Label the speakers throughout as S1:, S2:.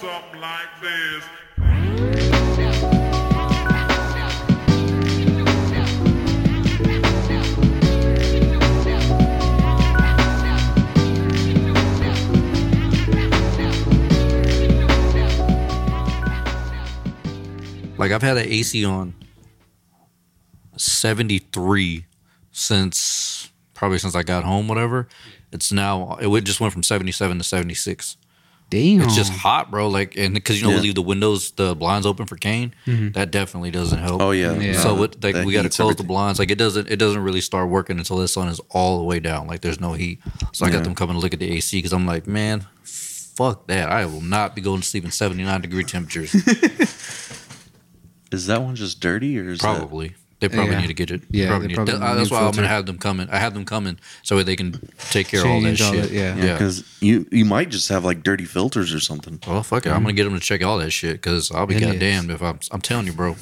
S1: something like this.
S2: Like I've had an AC on 73 since probably since I got home, whatever. It's now it would- just went from 77 to 76.
S3: Damn.
S2: It's just hot, bro. Like and because you know
S4: Oh. Yeah. Mm-hmm.
S2: we leave the windows, the blinds open for Kane, that definitely doesn't help.
S4: Oh yeah.
S3: Yeah.
S2: So it, like
S4: That
S2: we got to
S4: heats
S2: close the
S4: everything.
S2: blinds. Like it doesn't it doesn't really start working until the sun is all the way down. Like there's no heat. So I
S4: Yeah.
S2: got them coming to look at the AC because I'm like, man, fuck that. I will not be going to sleep in 79 degree temperatures.
S4: Is that one just dirty or is that-
S2: Probably. They probably
S3: Yeah.
S2: need to get it.
S3: Yeah,
S2: probably
S3: they
S2: need-
S3: probably
S2: that- that's
S3: need
S2: why I'm
S3: filter.
S2: gonna have them coming. I have them coming so they can take care
S3: Change
S2: of all
S3: all
S2: that
S3: that,
S2: shit.
S3: yeah.
S4: yeah,
S2: yeah.
S4: because you you might just have like dirty filters or something.
S2: well, fuck it. I'm gonna get them to check all that shit because I'll be
S3: Idiots.
S2: goddamn if I'm. I'm telling you, bro.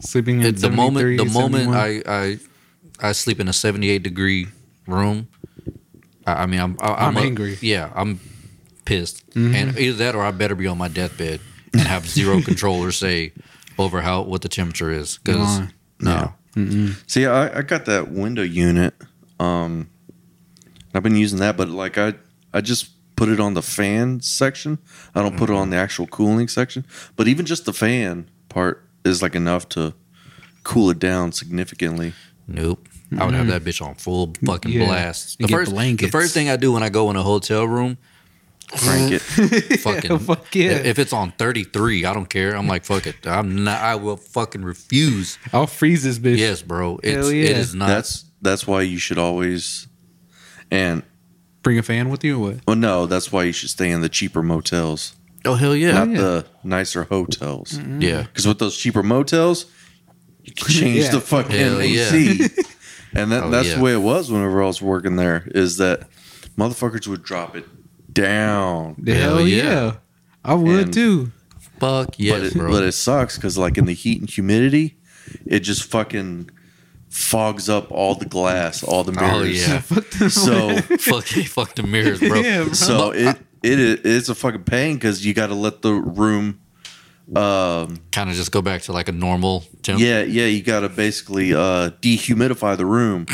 S3: sleeping in
S2: It, the moment, the
S3: 73,
S2: moment
S3: 71.
S2: I, I I sleep in a 78 degree room, I, I mean, I'm I, I'm,
S3: I'm
S2: a-
S3: angry. Mm-hmm.
S2: Yeah, I'm pissed, and either that or I better be on my deathbed and have zero control or say over how what the temperature is. Because
S3: Nah.
S2: no,
S4: See, I, I got that window unit. Um, I've been using that, but like I I just put it on the fan section. I don't put it
S2: Mm-hmm.
S4: on the actual cooling section. But even just the fan part is like enough to cool it down significantly.
S2: Nope. I would have that bitch on full fucking
S3: Mm. Yeah.
S2: blast.
S3: And
S2: The
S3: get
S2: first, the
S3: blankets.
S2: first thing I do when I go in a hotel room,
S4: Crank it.
S2: fucking
S3: fuck yeah.
S2: If it's on 33, I don't care. I'm like, fuck it. I'm not I will fucking refuse.
S3: I'll freeze this bitch.
S2: Yes, bro. It's
S3: Hell yeah.
S2: it is not
S4: That's that's why you should always and
S3: Bring a fan with you or what?
S4: well no, that's why you should stay in the cheaper motels.
S2: Oh hell yeah.
S4: not
S3: yeah.
S4: the nicer hotels.
S3: Mm.
S2: yeah.
S4: Because with those cheaper motels, you can change
S3: Yeah.
S4: the fucking
S2: Hell
S4: AC. and that,
S2: Oh,
S4: that's
S2: yeah.
S4: the way it was whenever I was working there, is that motherfuckers would drop it down.
S2: Hell
S3: Hell,
S2: yeah.
S3: yeah. I would
S4: And-
S3: too.
S2: Fuck yes,
S4: but, it,
S2: bro.
S4: but it sucks because, like, in the heat and humidity, it just fucking fogs up all the glass, all the
S2: oh
S4: mirrors.
S2: yeah.
S3: Fuck the
S4: So,
S2: fuck fuck the mirrors, bro.
S3: Yeah, bro.
S4: so it, it is- it's a fucking pain because you got to let the room. Um,
S2: Kind of just go back to like a normal temp.
S4: Yeah, yeah, you gotta basically uh, dehumidify the room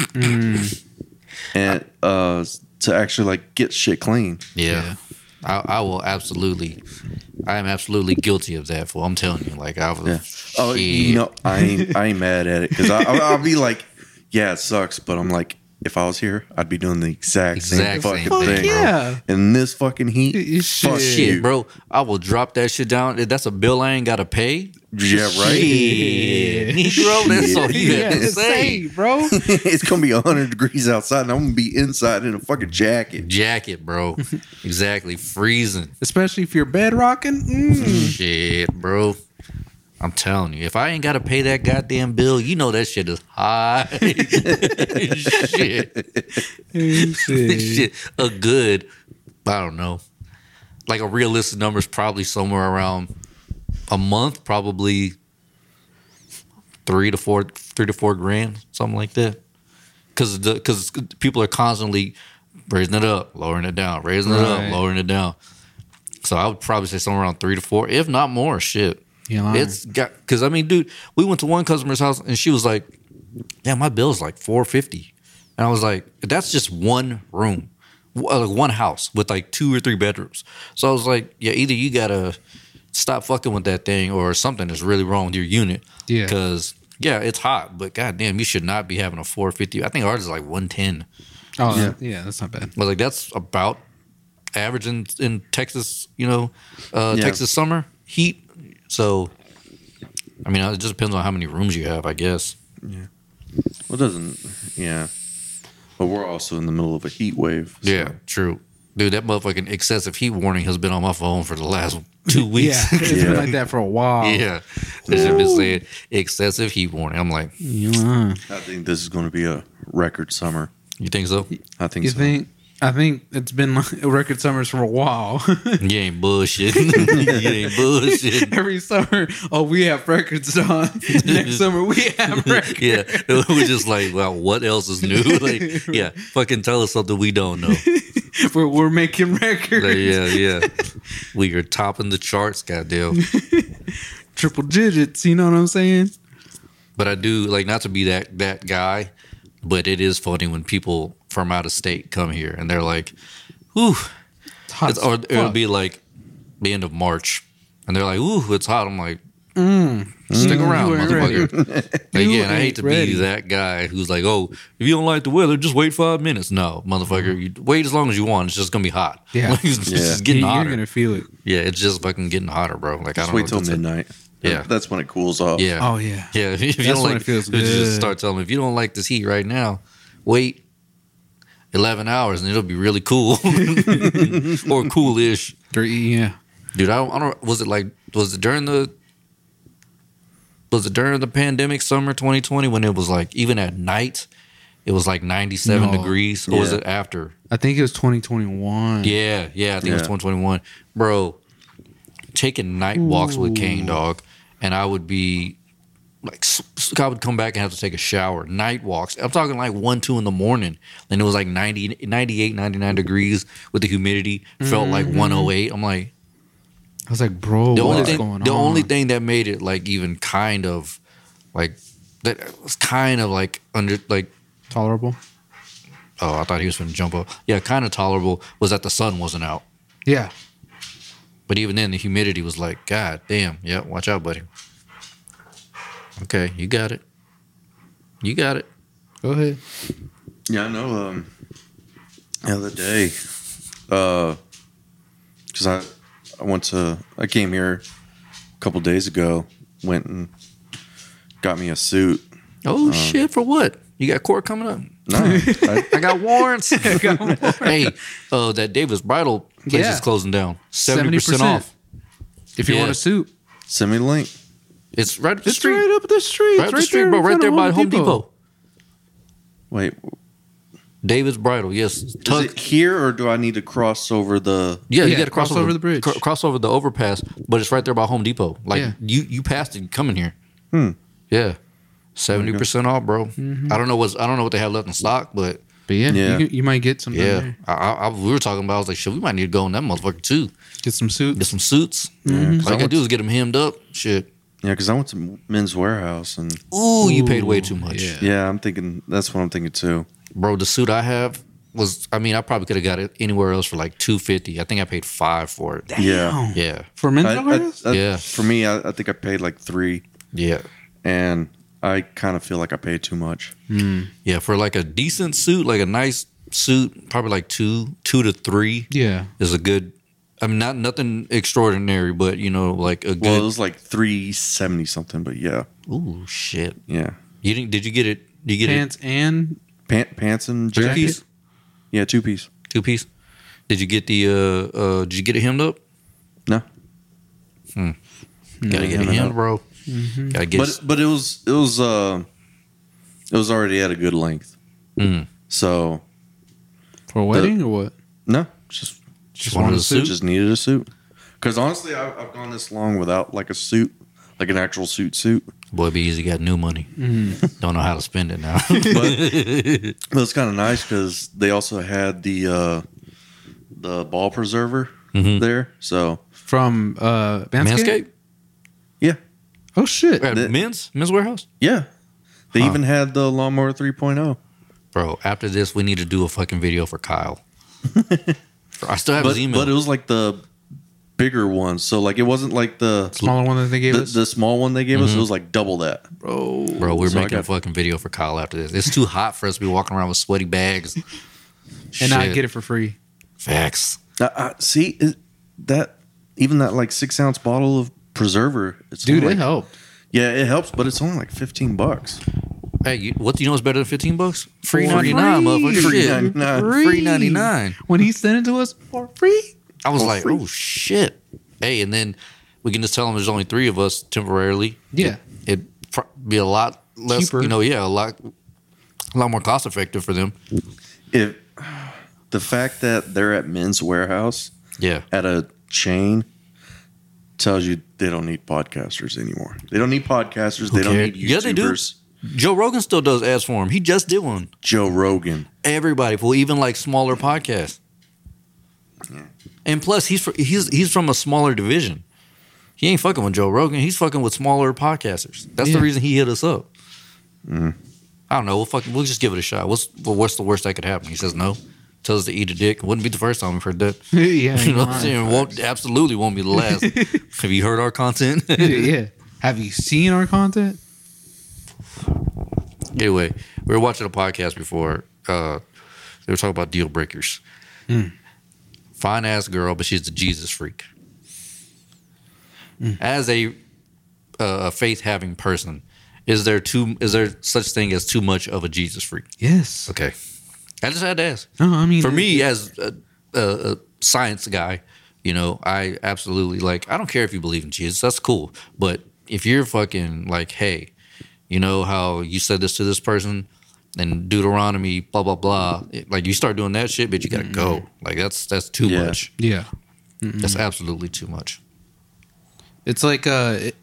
S4: and uh, to actually like get shit clean.
S2: Yeah. I, I will absolutely I am absolutely guilty of that for I'm telling you. Like I was
S4: Yeah. Oh,
S2: shit.
S4: you know, I ain't, I ain't mad at it because I'll, I'll be like, yeah, it sucks, but I'm like, if I was here, I'd be doing the exact,
S2: Exact same
S4: same fucking
S2: thing,
S4: thing.
S2: bro.
S3: Yeah.
S4: In this fucking heat, fuck
S3: Shit.
S2: shit,
S4: you.
S2: bro. I will drop that shit down. That's a bill I ain't gotta pay.
S4: Yeah, right.
S2: Shit. Negro, that's all you
S3: Yeah,
S2: had to say.
S3: say, bro.
S4: it's gonna be 100 degrees outside, and I'm gonna be inside in a fucking jacket.
S2: Jacket, bro. exactly. Freezing.
S3: Especially if you're bed rocking. Mm.
S2: Shit, bro. I'm telling you, if I ain't gotta pay that goddamn bill, you know that shit is high. shit. shit. A good, I don't know. Like a realistic number is probably somewhere around a month, probably three to four, three to four grand, something like that. Cause the cause people are constantly raising it up, lowering it down, raising it
S3: Right.
S2: up, lowering it down. So I would probably say somewhere around three to four, if not more. Shit,
S3: You're lying.
S2: it's got because I mean, dude, we went to one customer's house and she was like, "Yeah, my bill's like four fifty. and I was like, "That's just one room, w- uh, like one house with like two or three bedrooms." So I was like, "Yeah, either you gotta stop fucking with that thing, or something is really wrong with your unit."
S3: Yeah.
S2: because yeah, it's hot, but goddamn, you should not be having a four fifty. I think ours is like one ten.
S3: Oh, yeah.
S4: Yeah.
S3: that's not bad.
S2: But like that's about average in, in Texas, you know, uh,
S4: Yeah.
S2: Texas summer heat. So, I mean, it just depends on how many rooms you have, I guess.
S4: Well, it doesn't, yeah. But we're also in the middle of a heat wave. so-
S2: true, dude. That motherfucking excessive heat warning has been on my phone for the last two
S3: Yeah,
S2: weeks.
S3: it's been
S4: Yeah.
S3: like that for a while.
S2: yeah, they should been saying excessive heat warning. I'm like,
S3: You, lying.
S4: I think this is going to be a record summer.
S2: you think so?
S4: I think
S3: You
S4: so.
S3: think? I think it's been like record summers for a while.
S2: you ain't bullshit. you ain't bullshit.
S3: Every summer, oh, we have records on. Next summer, we have records.
S2: Yeah, it was just like, well, what else is new? Like, yeah, fucking tell us something we don't know.
S3: We're, we're making records.
S2: Like, yeah, yeah. we are topping the charts, goddamn.
S3: Triple digits, you know what I'm saying?
S2: But I do like not to be that that guy, but it is funny when people from out of state come here and they're like, "Ooh,"
S3: It's hot
S2: It's- or
S3: as
S2: it'll
S3: fuck.
S2: be like the end of March, and they're like, "Ooh, it's hot." I'm like, Mm. "Stick around,
S3: You ain't ready.
S2: motherfucker." Like,
S3: You
S2: Again, I hate
S3: ain't
S2: to
S3: ready.
S2: be that guy who's like, "Oh, if you don't like the weather, just wait five minutes." No, motherfucker, you wait as long as you want. It's just gonna be hot.
S3: Mm-hmm. Yeah.
S2: Like, it's, it's
S4: Yeah.
S2: just getting
S3: You-
S2: hotter.
S3: You're gonna feel it.
S2: Yeah, it's just fucking getting hotter, bro. Like I
S4: Just
S2: don't
S4: wait
S2: know
S4: till
S2: what to say.
S4: midnight.
S2: Yeah.
S4: That's when it cools off.
S2: Yeah.
S3: Oh yeah.
S2: Yeah, if you
S3: That's
S2: don't
S3: when
S2: like,
S3: it feels
S2: you
S3: good.
S2: just start telling them if you don't like this heat right now, wait eleven hours and it'll be really cool or coolish.
S3: Dirty, yeah.
S2: Dude, I don't, I don't. Was it like? Was it during the? Was it during the pandemic summer 2020 when it was like even at night, it was like 97
S3: No.
S2: degrees, or was
S4: Yeah.
S2: it after?
S3: I think it was 2021.
S2: Yeah, yeah. I think it was
S4: Yeah.
S2: 2021, bro. Taking night walks with Kane, dog, and I would be like, s- s- I would come back and have to take a shower. Night walks. I'm talking like one, two in the morning, and it was like 90, 98, 99 degrees with the humidity. Felt like 108. I'm like,
S3: I was like, bro,
S2: the
S3: Mm-hmm. what
S2: only
S3: is
S2: thing,
S3: going
S2: the
S3: on?
S2: only thing that made it like even kind of like that was kind of like under like
S3: tolerable.
S2: oh I thought he was going to jump up yeah kind of tolerable was that the sun wasn't out
S3: Yeah.
S2: but even then the humidity was like god damn yeah watch out buddy okay you got it you got it
S3: Go ahead.
S4: Yeah, I know. Um, the other day, because I I went to I came here a couple days ago. Went and got me a suit.
S2: oh shit for what you got court coming up
S4: No, I,
S2: i got warrants hey uh, that davis bridal place
S3: Yeah.
S2: is closing down 70%,
S3: 70%
S2: off
S3: If you
S2: Yeah.
S3: want a suit,
S4: send me the link.
S2: it's right up the
S3: it's
S2: street
S3: right up the street.
S2: right up the street bro right there by home depot.
S4: Wait,
S2: Davis Bridal, yes.
S4: is
S2: Tug,
S4: it here or do I need to cross over the?
S2: yeah, you
S3: Yeah,
S2: got to cross, over the bridge, cr- cross over the overpass, but it's right there by Home Depot. Like
S3: Yeah.
S2: you, you passed it coming here. Yeah, seventy percent off, bro.
S3: Mm-hmm.
S2: I don't know what's I don't know what they have left in stock, but
S3: But yeah,
S4: Yeah.
S3: You, can- you might get some. down
S2: yeah,
S3: there.
S2: I, I, I, we were talking about. I was like, shit, we might need to go in that motherfucker too.
S3: Get some
S2: Get
S3: suits.
S2: some suits.
S3: Mm-hmm.
S2: All you gotta do is get them hemmed up. Shit.
S4: Yeah, because I went to Men's Warehouse and
S2: Ooh, you paid way
S3: Ooh,
S2: too much,
S3: yeah.
S4: yeah, I'm thinking that's what I'm thinking too.
S2: bro. The suit I have was. I mean, I probably could have got it anywhere else for like two fifty. I think I paid five for it.
S4: Yeah,
S3: Damn.
S2: Yeah,
S3: For men's
S4: I, I,
S3: wearers?
S4: I,
S2: Yeah.
S4: For me, I, I think I paid like three,
S2: yeah.
S4: and I kind of feel like I paid too much.
S3: Mm.
S2: Yeah, for like a decent suit, like a nice suit, probably like two, two to three
S3: yeah.
S2: is a good. I mean, not nothing extraordinary, but you know, like a
S4: Well, it
S2: good.
S4: was like three seventy something, but yeah,
S2: ooh, shit!
S4: yeah.
S2: You didn't? Did you get it? Did you get
S3: Pants and
S4: Pant, pants and
S2: it? Two
S4: jacket.
S2: piece.
S4: Yeah, two piece.
S2: Two piece. Did you get the? uh uh Did you get it hemmed up?
S4: No,
S2: Gotta get it
S4: hemming
S2: hemmed,
S4: up. Mm-hmm.
S2: bro. Gotta get.
S4: but but it was it was uh it was already at a good length.
S2: Mm.
S4: So
S3: for a wedding or what?
S4: no, just
S3: Just
S2: wanted
S3: want a
S2: a suit?
S3: suit.
S4: just needed a suit. Because honestly, I, I've gone this long without like a suit, like an actual suit suit.
S2: boy, it'd be easy. Got new money. Don't know how to spend it now.
S4: Mm-hmm. But it's kind of nice because they also had the uh the ball preserver
S2: Mhm.
S4: there. So
S3: From uh, Manscaped?
S2: Manscaped,
S4: yeah,
S3: Oh shit!
S2: At
S4: The-
S2: men's men's warehouse,
S4: yeah. They even had the lawnmower oh. 3.0.
S2: bro. After this, we need to do a fucking video for Kyle. I still have
S4: but,
S2: his email.
S4: but it was like the bigger one. So like it wasn't like the
S3: Smaller one that they gave
S4: the,
S3: us,
S4: the small one they gave us. It was like double that.
S3: bro.
S2: Bro, we're
S4: So I
S2: making a
S4: got-
S2: fucking video for Kyle after this. It's too hot for us to be walking around with sweaty bags.
S3: And I get it for free.
S2: Facts.
S4: Uh, uh, see it, that even that like six ounce bottle of preserver. It's
S3: Dude,
S4: only
S3: it
S4: like-
S3: helped.
S4: Yeah, it helps, but it's only like fifteen bucks.
S2: Hey, you, what do you know is better than 15 bucks? Free
S3: For
S2: 99,
S3: free.
S2: motherfucker.
S4: Free
S2: Shit.
S4: 99.
S2: Free 99.
S3: When he sent it to us for free.
S2: I was
S4: For
S2: like,
S4: free.
S2: oh, shit. Hey, and then we can just tell them there's only three of us temporarily.
S3: Yeah.
S2: It'd pr- be a lot less,
S3: Cheaper.
S2: you know, yeah, a lot, a lot more cost effective for them.
S4: If the fact that they're at Men's Warehouse
S2: Yeah.
S4: at a chain tells you they don't need podcasters anymore. They don't need podcasters. they don't
S2: cares?
S4: need YouTubers.
S2: Yeah, they do. Joe Rogan still does ads for him. He just did one.
S4: Joe Rogan.
S2: Everybody, well, even like smaller podcasts. And plus, he's fr- he's he's from a smaller division. He ain't fucking with Joe Rogan. He's fucking with smaller podcasters. That's
S3: Yeah.
S2: the reason he hit us up. I don't know. We'll fucking we'll just give it a shot. What's well, what's the worst that could happen? He says no. Tells us to eat a dick. Wouldn't be the first time we've heard that.
S3: yeah,
S2: You know what I'm saying? Won't absolutely won't be the last. Have you heard our content?
S3: yeah. Have you seen our content?
S2: Anyway, we were watching a podcast before. Uh, they were talking about deal breakers. Fine ass girl, but she's a Jesus freak. As a uh, a faith having person, is there too is there such thing as too much of a Jesus freak?
S3: Yes.
S2: Okay, I just had to ask.
S3: No, I mean
S2: For me, as a, a, a science guy, you know, I absolutely like. I don't care if you believe in Jesus. That's cool. But if you're fucking like, hey, you know how you said this to this person, and Deuteronomy, blah blah blah. it- like you start doing that shit, but you gotta go. Like that's that's too
S4: Yeah.
S2: much.
S3: Yeah.
S2: That's absolutely too much.
S3: It's like uh, it-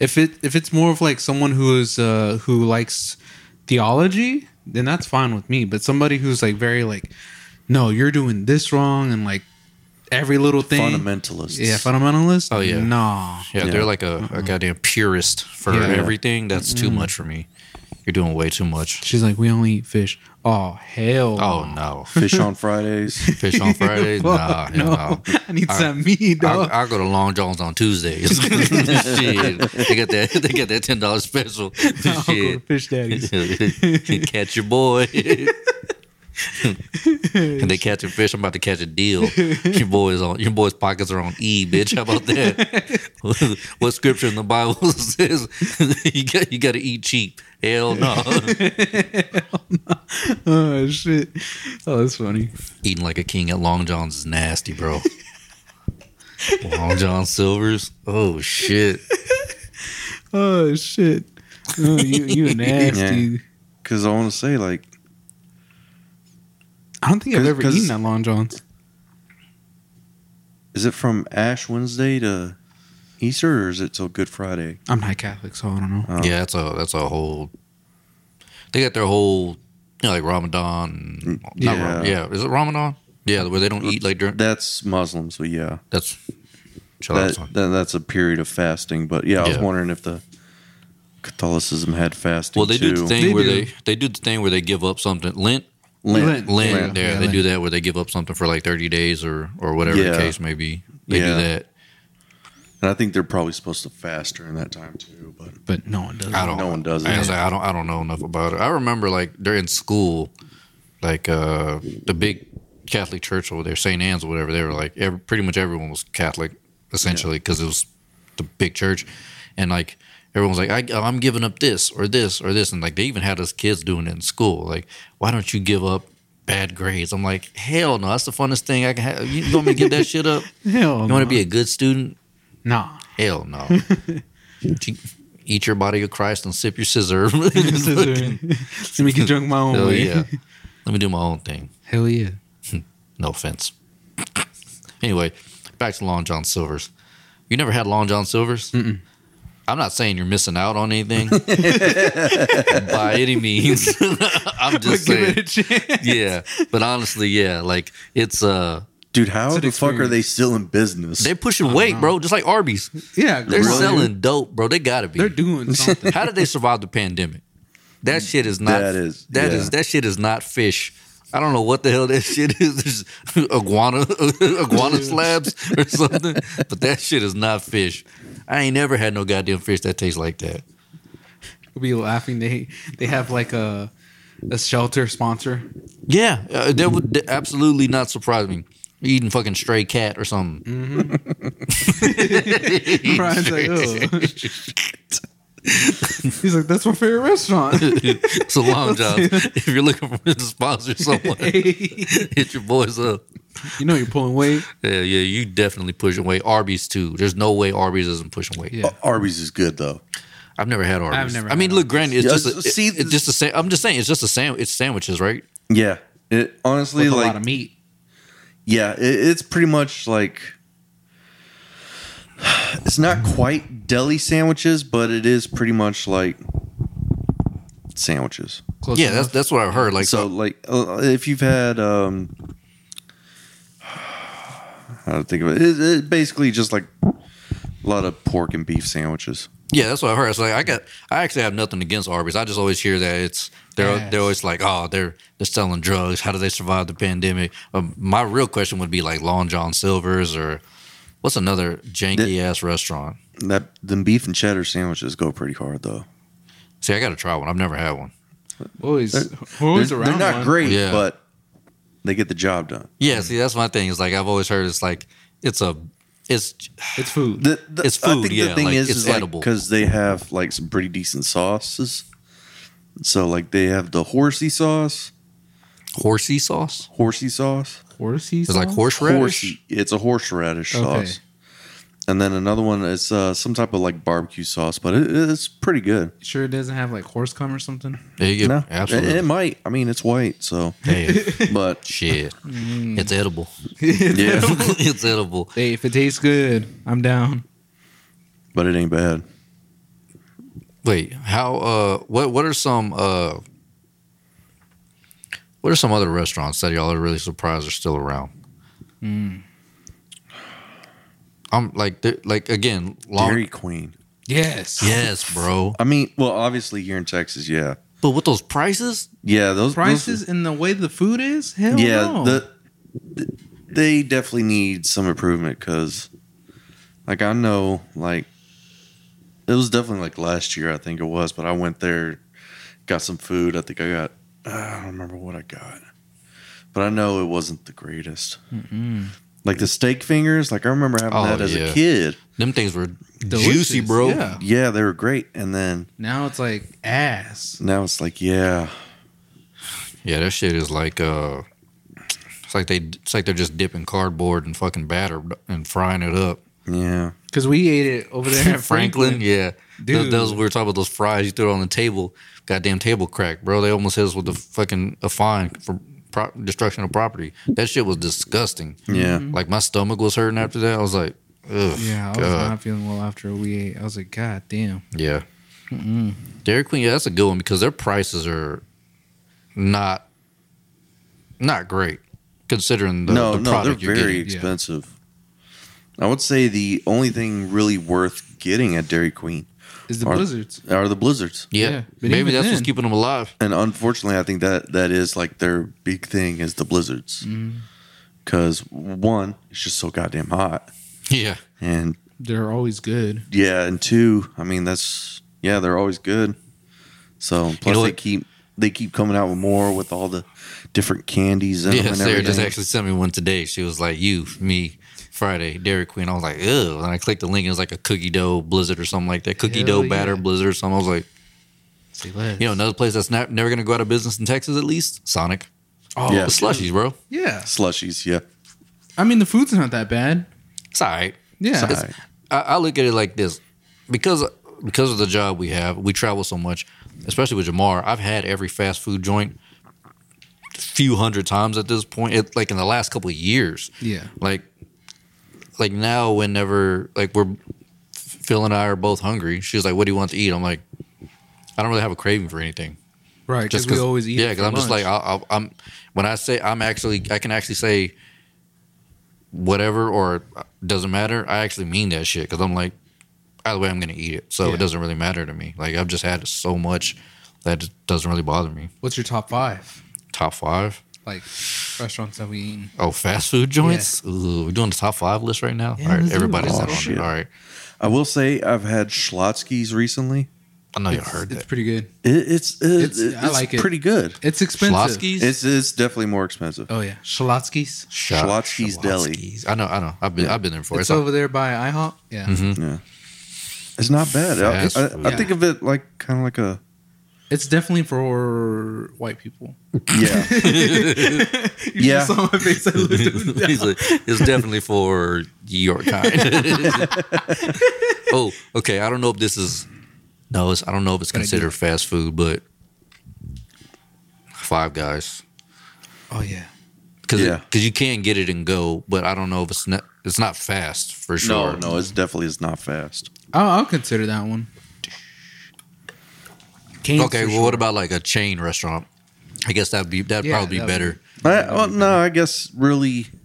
S3: if it if it's more of like someone who is uh who likes theology, then that's fine with me. But somebody who's like very like, no, you're doing this wrong, and like every little thing.
S4: Fundamentalists.
S3: yeah, fundamentalist.
S2: Oh, yeah.
S3: Nah.
S2: Yeah,
S4: Yeah.
S2: they're like a, a goddamn purist for
S3: Yeah.
S2: everything. That's too much for me. You're doing way too much.
S3: She's like, we only eat fish. Oh hell.
S2: Oh no,
S4: Fish on Fridays.
S2: fish on Fridays? nah,
S3: Fuck,
S2: hell no.
S3: I need some meat, dog.
S2: I'll, I'll go to Long John's on Tuesdays. Shit. They got that they got that ten dollars special.
S3: I'll go to Fish Daddy's.
S2: Shit. catch your boy. and they catch a fish. I'm about to catch a deal. Your boy's on your boy's pockets are on E, bitch. How about that? what scripture in the Bible says you got you gotta eat cheap. Hell no.
S3: Oh shit. Oh, that's funny.
S2: Eating like a king at Long John's is nasty, bro. Long John Silvers. Oh shit.
S3: Oh shit. Oh, you you nasty.
S4: Yeah. Because I want to say, like,
S3: I don't think I've
S4: 'Cause-
S3: ever
S4: 'cause-
S3: eaten at Long John's.
S4: is it from Ash Wednesday to Easter or is it till Good Friday?
S3: I'm not Catholic, so I don't know.
S4: Oh.
S2: Yeah, that's a that's a whole. They got their whole, you know, like Ramadan. and- not
S4: Mm, Yeah.
S2: Ram- yeah. Is it Ramadan? Yeah, where they don't eat like during.
S4: That's Muslim, so yeah.
S2: That's. Chill out,
S4: That,
S2: son.
S4: that- that's a period of fasting. But yeah, I was
S2: Oh, Yeah.
S4: wondering if the Catholicism had fasting.
S2: Well, they
S4: too.
S2: do the thing
S3: They
S2: where
S3: do.
S2: they they do the thing where they give up something. Lent,
S4: Lent.
S2: Lent.
S3: Yeah.
S2: there,
S3: Yeah,
S2: they
S3: Lent.
S2: do that where they give up something for like thirty days or or whatever
S4: Yeah.
S2: the case may be. They do
S4: Yeah.
S2: that.
S4: And I think they're probably supposed to fast during that time too. But
S3: But no one does.
S2: I don't.
S4: No one does
S2: I,
S4: it.
S2: was like, I don't. I don't know enough about it. I remember like during school, like uh the big Catholic church over there, St. Anne's or whatever. They were like every, pretty much everyone was Catholic essentially because it was the big church, and like everyone was like, I, oh, I'm giving up this or this or this, and like they even had us kids doing it in school. Like, why don't you give up? Bad grades. I'm like, hell no. That's the funnest thing I can have. You want me to give that shit up?
S3: Hell
S2: You want to be a good student?
S3: nah.
S2: Hell no. Eat- Eat your body of Christ and sip your scissor.
S3: Let me get drunk my own
S2: Hell
S3: way.
S2: yeah. Let me do my own thing.
S3: Hell yeah.
S2: No offense. Anyway, back to Long John Silver's. You never had Long John Silver's? I'm not saying you're missing out on anything by any means. I'm
S3: But
S2: just
S3: give it
S2: saying.
S3: a chance.
S2: Yeah. But honestly, yeah, like it's uh
S4: dude, how
S3: It's
S4: the
S3: an
S4: fuck are they still in business?
S2: they're pushing weight, bro, just like Arby's.
S3: Yeah,
S2: They're
S3: come on.
S2: selling dope, bro. They gotta be.
S3: They're doing something.
S2: How did they survive the pandemic? That shit is not.
S4: That is-
S2: that
S4: yeah.
S2: is- that shit is not fish. I don't know what the hell that shit is. This is iguana iguana slabs or something. But that shit is not fish. I ain't never had no goddamn fish that tastes like that.
S3: We'll be laughing. They they have like a a shelter sponsor.
S2: Yeah, uh, that would that absolutely not surprise me. Eating fucking stray cat or something.
S4: Mm-hmm.
S3: Brian's like, oh. He's like, that's my favorite restaurant.
S2: it's a long job. If you're looking for to sponsor someone,
S3: Hey,
S2: hit your boys up.
S3: you know you're pulling weight.
S2: Yeah, yeah, you definitely pushing weight. Arby's too. There's no way Arby's isn't pushing weight.
S3: Yeah.
S4: Uh, Arby's is good though.
S2: I've never had Arby's. i
S3: never
S2: mean,
S3: had
S2: look, granted, it's
S4: Yeah,
S2: just a,
S4: s- see,
S2: it- it's just a. Sa- I'm just saying, it's just a sandwich. It's sandwiches, right?
S4: Yeah, it honestly
S3: With a
S4: like
S3: lot of meat.
S4: yeah, it, it's pretty much like it's not quite deli sandwiches, but it is pretty much like sandwiches.
S3: Close
S2: yeah,
S3: enough.
S2: that's that's what I heard. Like,
S4: so like uh, if you've had um how to think of it. It, it basically just like a lot of pork and beef sandwiches.
S2: Yeah, that's what I heard. It's like I got I actually have nothing against Arby's. I just always hear that it's they're
S3: Ass.
S2: they're always like, oh, they're they're selling drugs. How do they survive the pandemic? Um, my real question would be like Long John Silver's or what's another janky ass restaurant?
S4: That them beef and cheddar sandwiches go pretty hard though.
S2: See, I got to try one. I've never had one.
S3: Always,
S4: They're,
S3: always around.
S4: they're not
S3: one.
S4: great,
S2: Yeah.
S4: but they get the job done.
S2: Yeah, see, that's my thing. Is like I've always heard it's like it's a it's
S3: It's food.
S4: The, the,
S2: It's
S4: I
S2: food,
S4: think
S2: yeah,
S4: the thing
S2: like,
S4: is,
S2: it's
S4: is like
S2: edible.
S4: because they have like some pretty decent sauces. So like they have the horsey sauce,
S2: horsey sauce.
S4: horsey sauce,
S3: Horsey.
S2: It's like
S3: sauce?
S2: horseradish.
S4: horsey. It's a horseradish
S3: Okay.
S4: sauce, and then another one is uh, some type of like barbecue sauce, but it, it's pretty good.
S3: Sure, it doesn't have like horse cum or something.
S2: There you go.
S4: No,
S2: Absolutely.
S4: It, it might. I mean, it's white, so
S2: Hey,
S4: but
S2: shit,
S3: Mm.
S2: it's edible.
S4: yeah,
S2: it's edible.
S3: Hey, if it tastes good, I'm down.
S4: but it ain't bad.
S2: Wait, how? Uh, what? What are some? Uh, what are some other restaurants that y'all are really surprised are still around?
S3: Mm.
S2: I'm like, they're- like again, long.
S4: Dairy Queen.
S3: Yes.
S2: Yes, bro.
S4: I mean, well, obviously here in Texas, yeah,
S2: But with those prices,
S4: yeah. Those those-
S3: Prices and the way the food is, hell
S4: yeah,
S3: no.
S4: the th- they definitely need some improvement because, like, I know, like, it was definitely like last year, I think it was, but I went there, got some food. I think I got, uh, I don't remember what I got, but I know it wasn't the greatest.
S3: Hmm.
S4: Like the steak fingers, like I remember having
S2: Oh,
S4: that as
S2: yeah.
S4: a kid.
S2: them things were
S3: Delicious,
S2: juicy, bro.
S3: Yeah.
S4: Yeah, they were great, and then
S3: Now it's like ass.
S4: now it's like, yeah,
S2: Yeah, that shit is like uh it's like they it's like they're just dipping cardboard and fucking batter and frying it up.
S4: yeah,
S3: Cause we ate it over there at
S2: Franklin,
S3: Franklin.
S2: yeah. Th-
S3: Dude.
S2: those we were talking about those fries you threw on the table. Goddamn table crack, bro. They almost hit us with the fucking a fine for pro- destruction of property. That shit was disgusting.
S4: yeah.
S2: Like my stomach was hurting after that. I was like, ugh.
S3: Yeah, I was
S2: God.
S3: not feeling well after we ate. I was like, God damn.
S2: Yeah. Dairy Queen, yeah, that's a good one because their prices are not not great considering the,
S4: no,
S2: the
S4: no, they're
S2: product you're
S4: very
S2: getting.
S3: yeah.
S4: expensive. I would say the only thing really worth getting at Dairy Queen
S3: Is the
S4: Are-
S3: blizzards?
S4: are the blizzards,
S2: Yeah,
S3: Yeah, but
S2: maybe
S3: even
S2: that's what's
S3: then-
S2: keeping them alive.
S4: and unfortunately, I think that that is like their big thing is the blizzards.
S2: Mm-hmm.
S4: Because one, it's just so goddamn hot,
S2: Yeah,
S4: and
S3: They're always good.
S4: yeah, and two, I mean that's yeah, they're always good. So plus
S2: know
S4: they
S2: what-
S4: keep they keep coming out with more with all the different candies in 'em
S2: yeah.
S4: and
S2: Sarah just
S4: everything.
S2: actually sent me one today. She was like, "You, me, Friday, Dairy Queen." I was like, "Ew!" And I clicked the link. and It was like a cookie dough blizzard or something like that. Cookie
S3: Hell
S2: dough batter
S3: yeah.
S2: blizzard or something. I was like,
S3: Say less.
S2: you know, another place that's not never gonna go out of business in Texas, at least Sonic.
S3: oh,
S4: Yeah.
S2: The slushies, bro.
S3: yeah.
S4: slushies, yeah,
S3: I mean, the food's not that bad.
S2: It's all right.
S3: Yeah.
S4: Sorry.
S2: It's- I, I look at it like this because because of the job we have, we travel so much, especially with Jamar. I've had every fast food joint few hundred times at this point, it, like in the last couple of years.
S3: Yeah.
S2: Like, like now, whenever like we're Phil and I are both hungry, she's like, "What do you want to eat?" I'm like, "I don't really have a craving for anything."
S3: Right.
S2: Just
S3: Just we always eat.
S2: Yeah,
S3: because
S2: because I'm just like I'll, I'll, I'm. When I say I'm actually, I can actually say whatever or doesn't matter. I actually mean that shit because I'm like, either way, I'm gonna eat it, so
S3: Yeah.
S2: it doesn't really matter to me. Like I've just had so much that it doesn't really bother me.
S3: What's your top five?
S2: Top five?
S3: Like restaurants that we eat.
S2: Oh, fast food joints. Ooh, we're doing the top five list right now.
S3: Yeah,
S2: All
S3: let's
S2: right,
S3: do it.
S2: everybody's
S4: Oh,
S2: not on
S4: shit.
S2: it. All right,
S4: I will say I've had Schlotzky's recently.
S2: I know you
S3: It's-
S2: heard
S3: it's
S2: that.
S3: pretty good.
S4: It, it's,
S3: It's-
S4: it's it's
S3: I like it.
S4: pretty good.
S3: It's expensive.
S2: Schlotzky's?
S4: It's it's definitely more expensive.
S3: Oh yeah, Shalotsky's.
S2: Shot-
S4: Schlotzky's Deli.
S2: Schlotzky's. I know, I know. I've been, I've been there before.
S3: It's
S2: It's Mm-hmm. all-
S3: over there by IHOP. Yeah,
S4: Yeah, it's not bad.
S2: Fast
S4: I, I,
S2: food.
S4: I think of it like kind of like a
S3: it's definitely for white people.
S4: yeah.
S3: You
S4: Yeah.
S3: just saw my face. I looked at
S2: He's like, it's definitely for your kind. oh, okay. I don't know if this is. No, it's, I don't know if it's
S3: But I do.
S2: considered fast food, but Five Guys
S3: Oh yeah,
S2: because
S4: Yeah.
S2: you can get it and go, but I don't know if it's not it's not fast for
S4: no,
S2: sure.
S4: no, it's definitely is not fast.
S3: I'll, I'll consider that one. Cane's
S2: Okay,
S3: for
S2: well,
S3: sure.
S2: what about like a chain restaurant? I guess that'd be that'd
S3: Yeah,
S2: probably be
S3: that would
S2: better.
S4: I, well, no, I guess really. think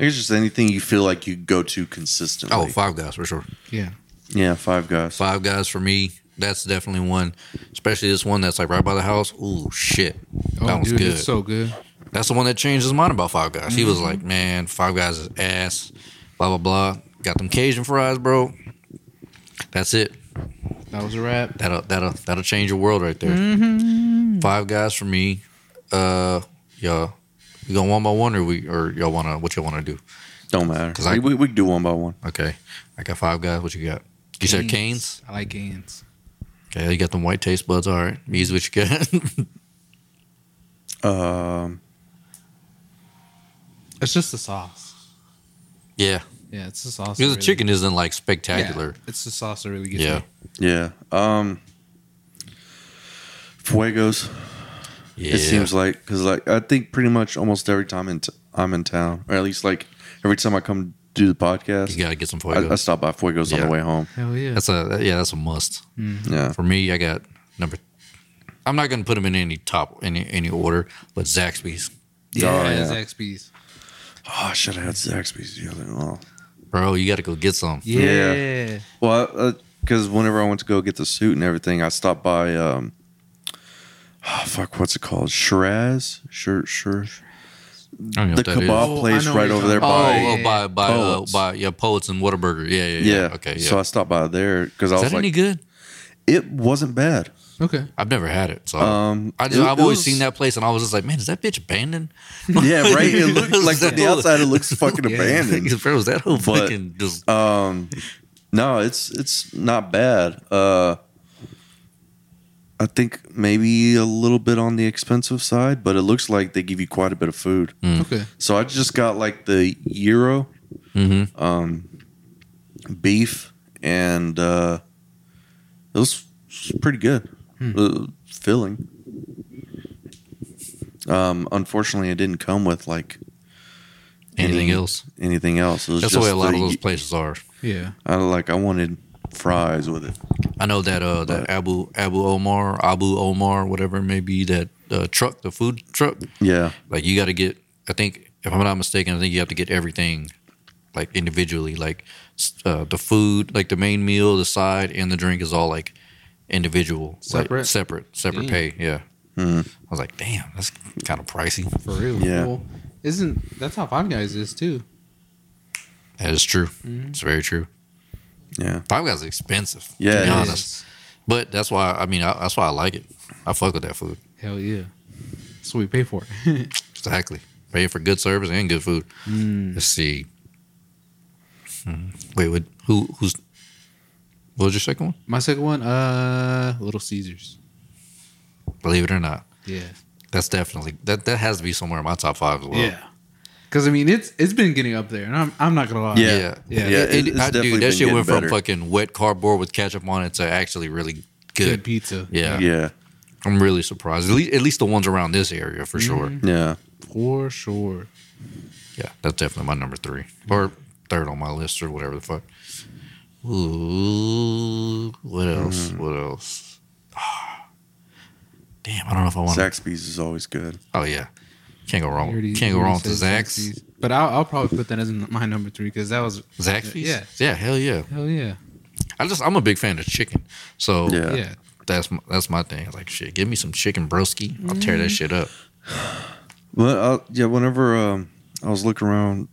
S4: it's just anything you feel like you go to consistently.
S2: Oh, Five Guys for sure.
S3: Yeah.
S4: yeah, Five Guys.
S2: Five Guys for me. That's definitely one, especially this one that's like right by the house. Ooh, shit, that
S3: Oh,
S2: one's
S3: dude,
S2: good.
S3: it's so good.
S2: that's the one that changed his mind about Five Guys. He was like, "Man, Five Guys is ass." Blah blah blah. Got them Cajun fries, bro. That's it.
S3: That was a wrap.
S2: That'll that'll that'll change your world right there. Five guys for me. Uh, y'all, we going one by one, or we or y'all wanna what y'all wanna do?
S4: Don't matter.
S2: 'Cause I-
S4: we, we, we can do one by one.
S2: Okay, I got five guys. What you got? You said canes.
S3: I like canes.
S2: Okay, you got them white taste buds. All right, me's what you got.
S4: Um,
S3: It's just the sauce.
S2: yeah,
S3: Yeah, it's the sauce.
S2: because
S3: that
S2: the
S3: really-
S2: chicken isn't like
S3: Yeah,
S2: spectacular.
S3: it's the sauce that really gets
S2: Yeah,
S3: me.
S4: yeah. Um, Fuegos.
S2: yeah.
S4: It seems like because like I think pretty much almost every time in t- I'm in town, or at least like every time I come do the podcast,
S2: you gotta get some
S4: I, I
S2: fuego.
S4: stop by Fuegos on
S2: Yeah.
S4: the way home.
S3: Hell yeah.
S2: That's a yeah, that's a must
S4: Yeah,
S2: for me. I got number. I'm not gonna put them in any top any any order, but Zaxby's,
S3: yeah,
S4: Oh, yeah.
S3: Zaxby's.
S4: Oh, I should have had Zaxby's the other. Oh.
S2: bro. You gotta go get some.
S4: Yeah.
S3: Yeah.
S4: Well, because whenever I went to go get the suit and everything, I stopped by. um Oh, fuck, what's it called? Shiraz, sure, sure.
S2: I don't know
S4: The
S2: what that is.
S4: kebab
S3: Oh, I
S4: place
S3: know what
S4: right
S3: you're
S4: over there
S2: Oh,
S4: by.
S2: oh, by by uh,
S4: Poets.
S2: by yeah, poets and Whataburger. Yeah, yeah, yeah.
S4: yeah.
S2: Okay, yeah.
S4: So I stopped by there because I
S2: is
S4: was
S2: that
S4: like,
S2: any good?
S4: it wasn't bad.
S3: Okay.
S2: I've never had it, so
S4: Um,
S2: I just,
S4: it-
S2: I've
S4: it
S2: always
S4: was-
S2: seen that place, and I was just like, man, is that bitch abandoned?
S4: Yeah, right. It looked like from the outside, it looks fucking
S3: Yeah.
S4: abandoned.
S2: Bro, was that whole
S4: But-
S2: fucking just
S4: Um, no, it's it's not bad. Uh, I think maybe a little bit on the expensive side, but it looks like they give you quite a bit of food.
S3: Okay.
S4: So I just got like the gyro,
S2: Mhm.
S4: um, beef, and uh, it was pretty good,
S2: Hmm.
S4: Uh, filling. Um, unfortunately, it didn't come with like
S2: anything
S4: any-
S2: else?
S4: Anything else? It was
S2: That's the
S4: just
S2: way a lot of
S4: the-
S2: those places are.
S3: Yeah.
S4: I like. I wanted fries with it.
S2: I know that uh, that
S4: But-
S2: Abu Abu Omar Abu Omar whatever it may be that uh, truck the food truck
S4: Yeah,
S2: like you got to get I think if I'm not mistaken I think you have to get everything like individually like s- uh, the food like the main meal the side and the drink is all like individual
S3: Separate?
S2: like, separate separate
S3: Damn.
S2: pay yeah
S4: Mm.
S2: I was like damn that's kind of pricey
S3: For real.
S4: Yeah.
S3: Well, isn't that's how Five Guys is too?
S2: that is true it's very true
S4: yeah,
S2: Five Guys is expensive
S4: Yeah,
S2: to
S4: it
S2: be
S4: is.
S2: honest but that's why I mean I, that's why I like it I fuck with that food
S3: Hell yeah. That's what we pay for.
S2: Exactly. Paying for good service and good food. Let's see. Hmm. Wait, what, who who's what was your second one?
S3: My second one, uh, Little Caesars.
S2: Believe it or not.
S3: Yeah.
S2: That's definitely that that has to be somewhere in my top five as well.
S3: Because I mean, it's it's been getting up there, and I'm I'm not gonna lie.
S4: Yeah.
S2: Yeah.
S3: Yeah.
S4: Yeah, it-
S2: It-
S4: it's
S2: I-
S4: definitely
S2: dude,
S4: been
S2: that shit
S4: getting
S2: went
S4: better.
S2: from fucking wet cardboard with ketchup on it to actually really
S3: Good
S2: good.
S3: pizza.
S2: Yeah.
S4: yeah,
S2: I'm really surprised. At least, at least the ones around this area for sure.
S4: yeah.
S3: For sure.
S2: Yeah, that's definitely my number three or third on my list or whatever the fuck. Ooh, what else?
S4: Mm-hmm.
S2: What else? Damn, I don't know if I want. to.
S4: Zaxby's is always good.
S2: Oh yeah, can't go
S3: You
S2: wrong.
S3: already-
S2: Oh, can't
S3: you
S2: go
S3: already
S2: wrong with
S3: said
S2: Zach's.
S3: Zaxby's. But I'll, I'll probably put that as my number three because that was
S2: Zaxby's.
S3: Yeah.
S2: yeah, hell yeah.
S3: hell yeah.
S2: I just I'm a big fan of chicken, so
S4: Yeah.
S3: Yeah.
S2: that's my, that's my thing. Like shit, give me some chicken broski. I'll tear
S3: Mm-hmm.
S2: that shit up.
S4: Well, I, yeah. Whenever um, I was looking around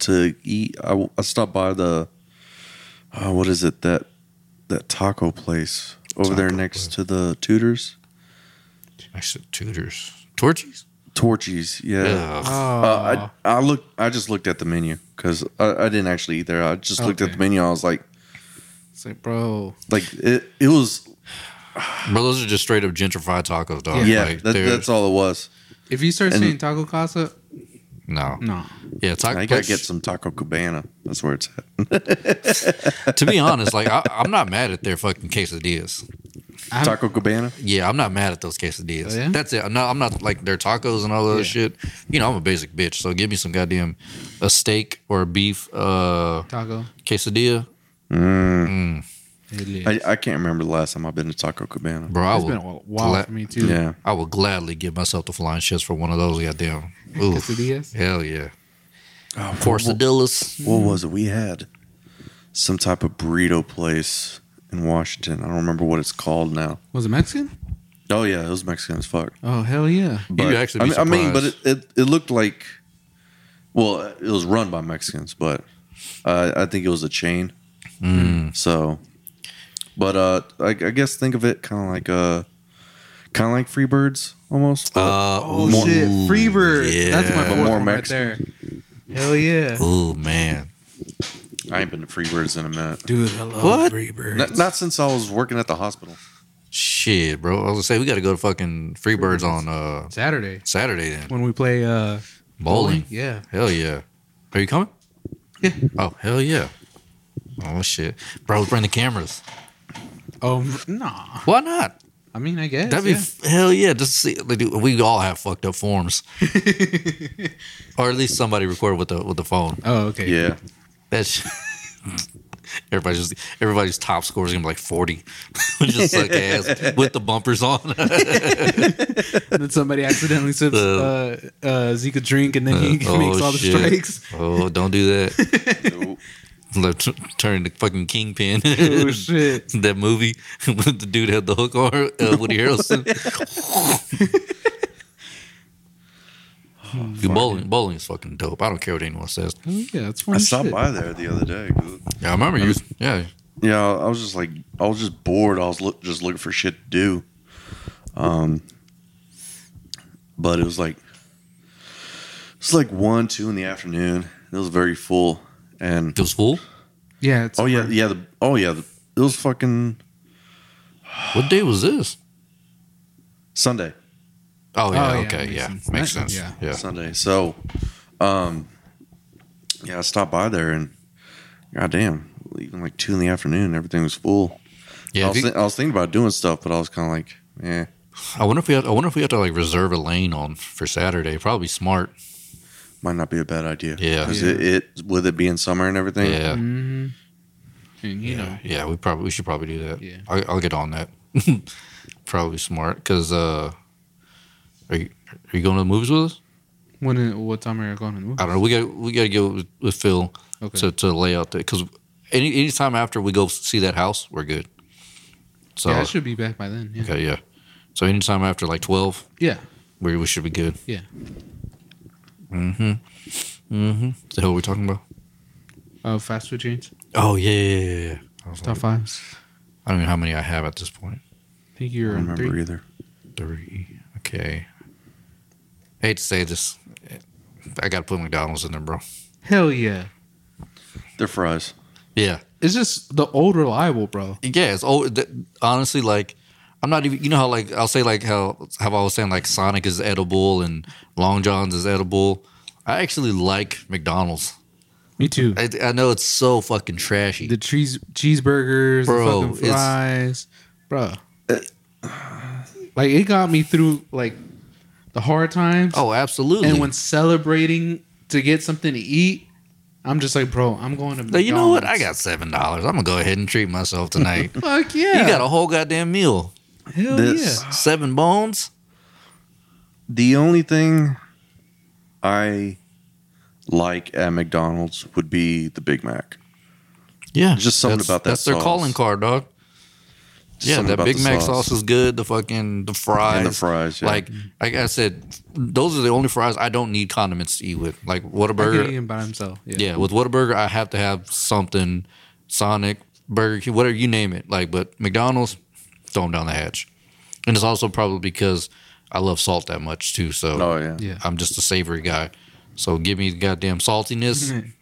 S4: to eat, I, w- I stopped by the uh, what is it that that taco place over there
S2: Taco
S4: next
S2: place.
S4: to the Tudors,
S2: I said Tudors, Torchies.
S4: Torchies. Yeah.
S2: Ugh.
S3: Ah.
S4: Uh, I I looked. I just looked at the menu because I, I didn't actually eat there. I just looked at
S3: Okay.
S4: the menu. I was like,
S3: it's like, bro.
S4: like it. It was.
S2: Bro, those are just straight up gentrified tacos, dog.
S4: Yeah,
S2: Like,
S4: that,
S2: they're-
S4: that's all it was.
S3: If you start
S4: And-
S3: seeing Taco Casa,
S2: no,
S3: no.
S2: yeah, taco.
S4: I gotta
S2: place-
S4: get some Taco Cabana. That's where it's at.
S2: to be honest, like I, I'm not mad at their fucking quesadillas.
S3: I'm-
S4: Taco Cabana.
S2: Yeah, I'm not mad at those quesadillas.
S3: Oh, yeah?
S2: That's it. I'm not, I'm not like their tacos and all that
S3: Yeah.
S2: shit. You know, I'm a basic bitch. So give me some goddamn a steak or a beef uh,
S3: Taco.
S2: quesadilla,
S3: Hell yeah.
S4: I, I can't remember the last time I've been to Taco Cabana.
S2: bro. I
S3: it's been a
S2: will.
S3: while
S2: gla-
S3: for me too.
S4: Yeah,
S2: I will gladly give myself the flying shits for one of those goddamn oof.
S3: Quesadillas?
S2: Hell yeah.
S4: Oh, what,
S2: Forsadillas.
S4: what was it? We had some type of burrito place in Washington. I don't remember what it's called now.
S3: Was it Mexican?
S4: Oh yeah, it was Mexican as fuck.
S3: Oh hell yeah!
S4: But,
S2: actually
S4: I
S2: be
S4: mean, I mean, but it,
S2: surprised.
S4: it, it looked like, well, it was run by Mexicans, but uh, I think it was a chain.
S2: Hmm.
S4: So, but uh, I, I guess think of it kind of like uh, kind of like Freebirds almost. but-
S2: Uh,
S3: Oh
S2: ooh,
S3: shit, Freebird. That's my
S2: yeah.
S3: fourth
S4: more
S3: one right there.
S4: Mexican.
S3: Hell yeah,
S2: Oh man,
S4: I ain't been to Freebirds in a minute.
S3: dude. I love
S2: What?
S3: Freebird.
S4: Not, not since I was working at the hospital.
S2: shit, bro. I was gonna say we got to go to fucking Freebirds on uh,
S3: Saturday
S2: Saturday then
S3: when we play uh,
S2: bowling.
S3: Yeah,
S2: Hell yeah. Are you coming?
S3: yeah.
S2: Oh hell yeah. Oh shit, bro. Bring the cameras.
S3: Oh m- nah.
S2: Why not?
S3: I mean, I guess
S2: That'd be f- hell yeah. Just see, like, dude, we all have fucked up forms,
S3: yeah.
S2: or at least somebody recorded with the with the phone.
S3: oh okay.
S4: Yeah,
S2: That's everybody's just, everybody's top score is gonna be like forty, just suck ass with the bumpers on.
S3: And then somebody accidentally sips uh, uh, Zika drink, and then he
S2: Uh,
S3: makes
S2: oh,
S3: all the
S2: shit.
S3: strikes.
S2: oh, don't do that.
S4: Nope.
S2: Like, t- Turn the fucking kingpin.
S3: Oh shit!
S2: that movie when the dude had the hook on her, uh, Woody Harrelson. Dude, bowling, bowling is fucking dope. I don't care what anyone says.
S3: Hell yeah, it's fun.
S4: I stopped
S3: shit.
S4: by there the other day. dude.
S2: Yeah, I remember you. Yeah,
S4: Yeah, I was just like, I was just bored. I was look, just looking for shit to do. Um, but it was like, it's like one, two in the afternoon. It was very full, and
S2: it was full.
S3: Yeah. It's
S4: oh yeah, yeah, the, oh yeah, the, it was fucking
S2: What day was this?
S4: Sunday,
S2: Oh yeah,
S3: yeah,
S2: okay,
S3: makes
S2: yeah,
S3: sense.
S2: makes
S3: That-
S2: sense.
S3: yeah.
S2: yeah.
S4: Sunday. So, um, yeah, I stopped by there, and goddamn, even like two in the afternoon, everything was full.
S2: Yeah,
S4: I,
S2: if
S4: was
S2: you-
S4: thi- I was thinking about doing stuff, but I was kind of like, eh.
S2: I wonder if we had, I wonder if we have to like reserve a lane on for Saturday. Probably smart.
S4: Might not be a bad idea.
S2: Yeah.
S4: 'Cause
S3: Yeah.
S4: It, it with it being summer and everything.
S2: Yeah,
S3: Mhm. And
S2: yeah,
S3: you know,
S2: yeah. We probably we should probably do that.
S3: Yeah.
S2: I, I'll get on that. probably smart because uh, are you are you going to the movies with us?
S3: when what time are you going to the movie?
S2: I don't know. We got we got to go with, with Phil
S3: Okay.
S2: to to lay out that because any anytime after we go see that house, we're good. So
S3: yeah, I should be back by then. Yeah.
S2: okay, yeah. So anytime after like twelve,
S3: Yeah.
S2: we we should be good.
S3: Yeah.
S2: Mm-hmm. Mm-hmm. The hell are we talking about?
S3: Uh, fast food chains.
S2: Oh yeah, yeah, yeah. yeah. I was
S3: Top
S2: like-
S3: fives.
S2: I don't know how many I have at this point.
S3: I think
S4: I
S3: you're
S4: don't
S3: on
S4: remember
S3: three.
S4: either.
S2: Three. Okay. I hate to say this. I gotta put McDonald's in there, bro.
S3: Hell yeah!
S4: They're fries.
S2: Yeah.
S3: It's just the old reliable, bro.
S2: Yeah, it's old. Th- honestly, like I'm not even. You know how like I'll say like how how I was saying like Sonic is edible and Long John's is edible. I actually like McDonald's.
S3: Me too.
S2: I, I know it's so fucking trashy.
S3: The cheese cheeseburgers,
S2: Bro,
S3: the fucking
S2: it's-
S3: fries, bro. Like it got me through like the hard times,
S2: oh, absolutely.
S3: and when celebrating to get something to eat, I'm just like, bro, I'm going to.
S2: Now, you know what? I got
S3: McDonald's.
S2: seven dollars. I'm gonna go ahead and treat myself tonight.
S3: Fuck yeah!
S2: You got a whole goddamn meal.
S3: hell
S4: this.
S3: yeah!
S2: Seven bones.
S4: The only thing I like at McDonald's would be the Big Mac.
S2: Yeah,
S4: Just something
S2: that's,
S4: about that
S2: That's their
S4: sauce.
S2: calling card, dog.
S4: Just
S2: yeah,
S4: something
S2: that
S4: about
S2: Big
S4: the
S2: Mac sauce. is good. The fucking the fries,
S4: And the fries, yeah.
S2: Like like I said, those are the only fries I don't need condiments to eat with. Like
S3: I can eat
S2: Whataburger,
S3: him by himself. Yeah.
S2: yeah, with Whataburger I have to have something, Sonic, Burger King, whatever you name it. Like, but McDonald's, throw 'em down the hatch. And it's also probably because I love salt that much too. So
S4: Oh yeah.
S3: Yeah.
S2: I'm just a savory guy. So give me the goddamn saltiness. You-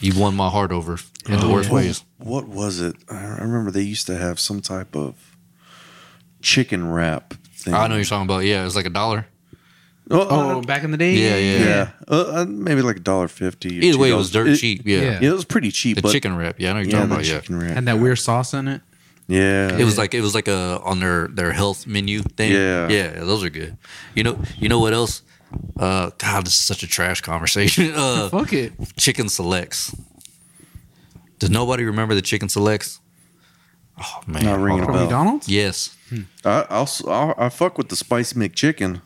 S2: You won my heart over in the
S3: Oh,
S2: worst
S3: yeah.
S2: ways.
S4: What was it? I I remember they used to have some type of chicken wrap thing.
S2: I know you're talking about. Yeah, it's like a dollar.
S4: Oh,
S3: Oh,
S4: uh,
S3: back in the day.
S2: Yeah, yeah,
S4: yeah. Uh, uh, maybe like a dollar fifty. or
S2: Either way, it was
S4: $2.
S2: dirt cheap. Yeah.
S3: yeah.
S4: Yeah, it was pretty cheap.
S2: The
S4: but
S2: chicken wrap. Yeah, I know what you're
S4: yeah,
S2: talking
S4: the
S2: about.
S4: chicken wrap.
S3: Had that weird sauce in it.
S4: yeah,
S2: Yeah. It was like it was like a on their their health menu thing.
S4: Yeah.
S2: Yeah, those are good. You know, you know what else? Uh God, this is such a trash conversation. Uh
S3: Fuck it.
S2: chicken selects. Does nobody remember the chicken selects? Oh man.
S4: Not
S2: Hold
S4: ringing a
S2: on.
S3: From
S4: Well.
S3: McDonald's?
S2: Yes.
S4: I, I'll, I'll I fuck with the spicy McChicken.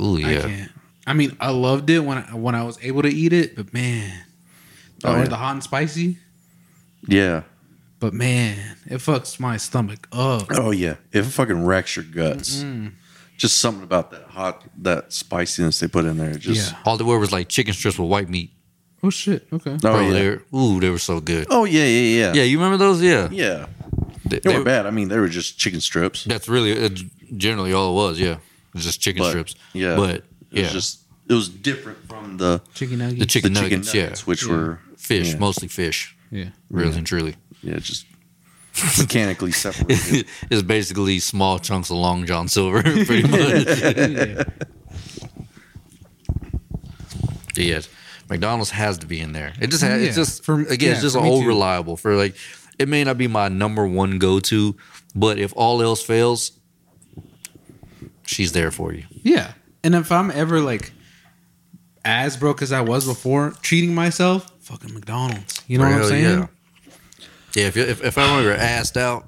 S2: Ooh
S3: I
S2: yeah.
S3: can't. I mean, I loved it when I, when I was able to eat it, but man,
S4: Oh,
S3: or
S4: yeah.
S3: the hot and spicy,
S4: Yeah.
S3: but man, it fucks my stomach up.
S4: Oh yeah. It fucking wrecks your guts.
S2: Mm-hmm.
S4: Just something about that hot, that spiciness they put in there. Just
S3: yeah.
S2: All they were was like chicken strips with white meat.
S3: Oh shit. Okay.
S4: oh
S2: Bro,
S4: yeah.
S2: they were, ooh, they were so good.
S4: Oh yeah, yeah, yeah,
S2: Yeah, you remember those? Yeah.
S4: yeah.
S2: They-
S4: They
S2: they
S4: were bad. I mean, they were just chicken strips.
S2: That's really uh, generally all it was. Yeah, it was just chicken
S4: But,
S2: strips.
S4: yeah.
S2: but
S4: It
S2: yeah,
S4: was just it was different from the
S3: Chicken
S2: the
S3: nuggets.
S2: chicken,
S4: the chicken
S2: nuggets,
S4: nuggets,
S2: Yeah, Mm-hmm.
S4: which were
S2: fish,
S4: yeah.
S2: mostly fish,
S3: yeah.
S2: really and truly.
S4: yeah, just mechanically separated.
S2: it's basically small chunks of Long John Silver, pretty much.
S3: yeah.
S2: yes, McDonald's has to be in there. It just has. It's
S3: Yeah,
S2: just
S3: for-
S2: again,
S3: yeah,
S2: it's just
S3: for me
S2: old
S3: too.
S2: reliable for like. It may not be my number one go to, but if all else fails, she's there for you.
S3: Yeah. And if I'm ever like as broke as I was before, cheating myself, fucking McDonald's. You know what I'm
S2: Hell
S3: saying?
S2: yeah. Yeah, if, you- if if I were asked out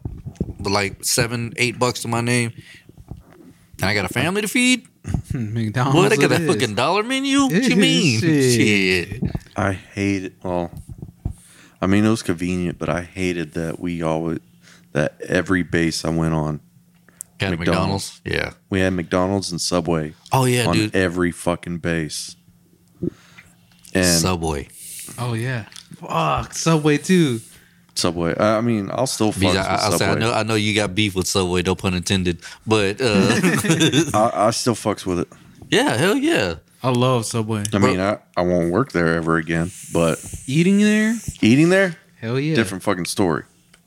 S2: with like seven, eight bucks to my name, and I got a family to feed,
S3: Hmm, McDonald's.
S2: boy, they got
S3: it
S2: that
S3: is.
S2: fucking dollar menu. What you
S3: It
S2: mean?
S3: is.
S2: Shit.
S4: I hate it. Well, I mean, it was convenient, but I hated that we always that every base I went on,
S2: Got a McDonald's.
S4: McDonald's.
S2: Yeah.
S4: we had McDonald's and Subway
S2: Oh yeah,
S4: on
S2: dude.
S4: every fucking base. And
S2: Subway.
S3: Oh yeah. Fuck Subway too.
S4: Subway. I I mean, I'll still fuck
S2: Because
S4: with
S2: I, I, I say, I
S4: Subway.
S2: know I know you got beef with Subway, no pun intended. But uh,
S4: I, I still fucks with it.
S2: yeah, hell yeah.
S3: I love Subway.
S4: I mean, I, I won't work there ever again, but
S3: Eating there,
S4: eating there,
S3: hell yeah.
S4: different fucking story.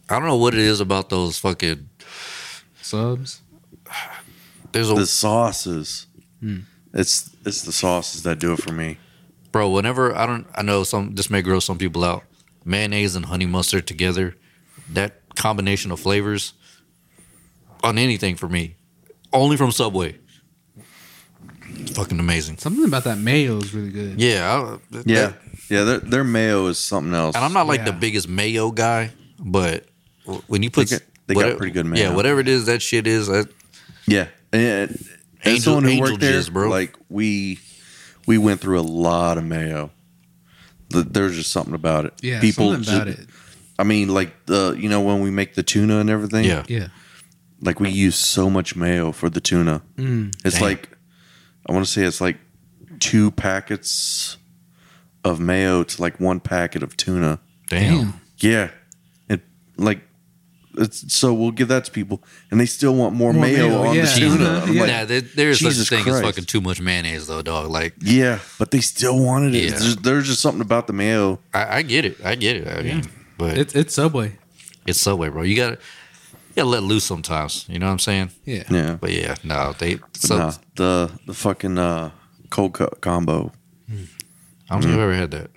S2: I don't know what it is about those fucking.
S3: subs.
S2: There's a
S4: The sauces.
S2: Hmm.
S4: It's it's the sauces that do it for me.
S2: bro whenever i don't i know some this may gross some people out mayonnaise and honey mustard together that combination of flavors on anything for me only from subway fucking amazing
S3: Something about that mayo is really good.
S2: yeah I,
S4: Yeah, yeah. Their, their mayo is something else.
S2: and i'm not like the
S3: Yeah.
S2: biggest mayo guy but w- when you put
S4: They got- they got
S2: whatever-
S4: pretty good
S2: yeah
S4: mayo.
S2: whatever it is that shit is that,
S4: Yeah, and
S2: Angel-
S4: as someone who
S2: angel
S4: worked there,
S2: jizz, bro.
S4: like we we went through a lot of mayo. The, there's just something about it.
S3: Yeah, something
S4: ju-
S3: about it.
S4: I mean, like the you know when we make the tuna and everything.
S2: yeah
S3: Yeah.
S4: like we use so much mayo for the tuna.
S3: Mm.
S4: It's
S2: Damn.
S4: like I want to say it's like two packets of mayo to like one packet of tuna.
S2: damn,
S4: Yeah, it like it's so we'll give that to people, and they still want more,
S3: More
S4: mayo,
S3: mayo,
S4: on
S3: yeah.
S4: the tuna.
S3: Tuna,
S4: I'm like,
S2: nah, there, there's such a
S4: Jesus
S2: thing as
S4: Christ.
S2: fucking too much mayonnaise though dog like
S4: Yeah, but they still wanted it.
S2: Yeah.
S4: There's, there's just something about the mayo.
S2: i, I get it i get it i mean but
S3: It's it's Subway.
S2: it's Subway, bro. You gotta you gotta let loose sometimes. You know what I'm saying?
S3: Yeah.
S4: Yeah,
S2: But yeah, no, they
S4: but
S2: so
S4: nah, the the fucking uh, cold cut combo.
S2: I don't
S4: Mm-hmm.
S2: think I've ever had that.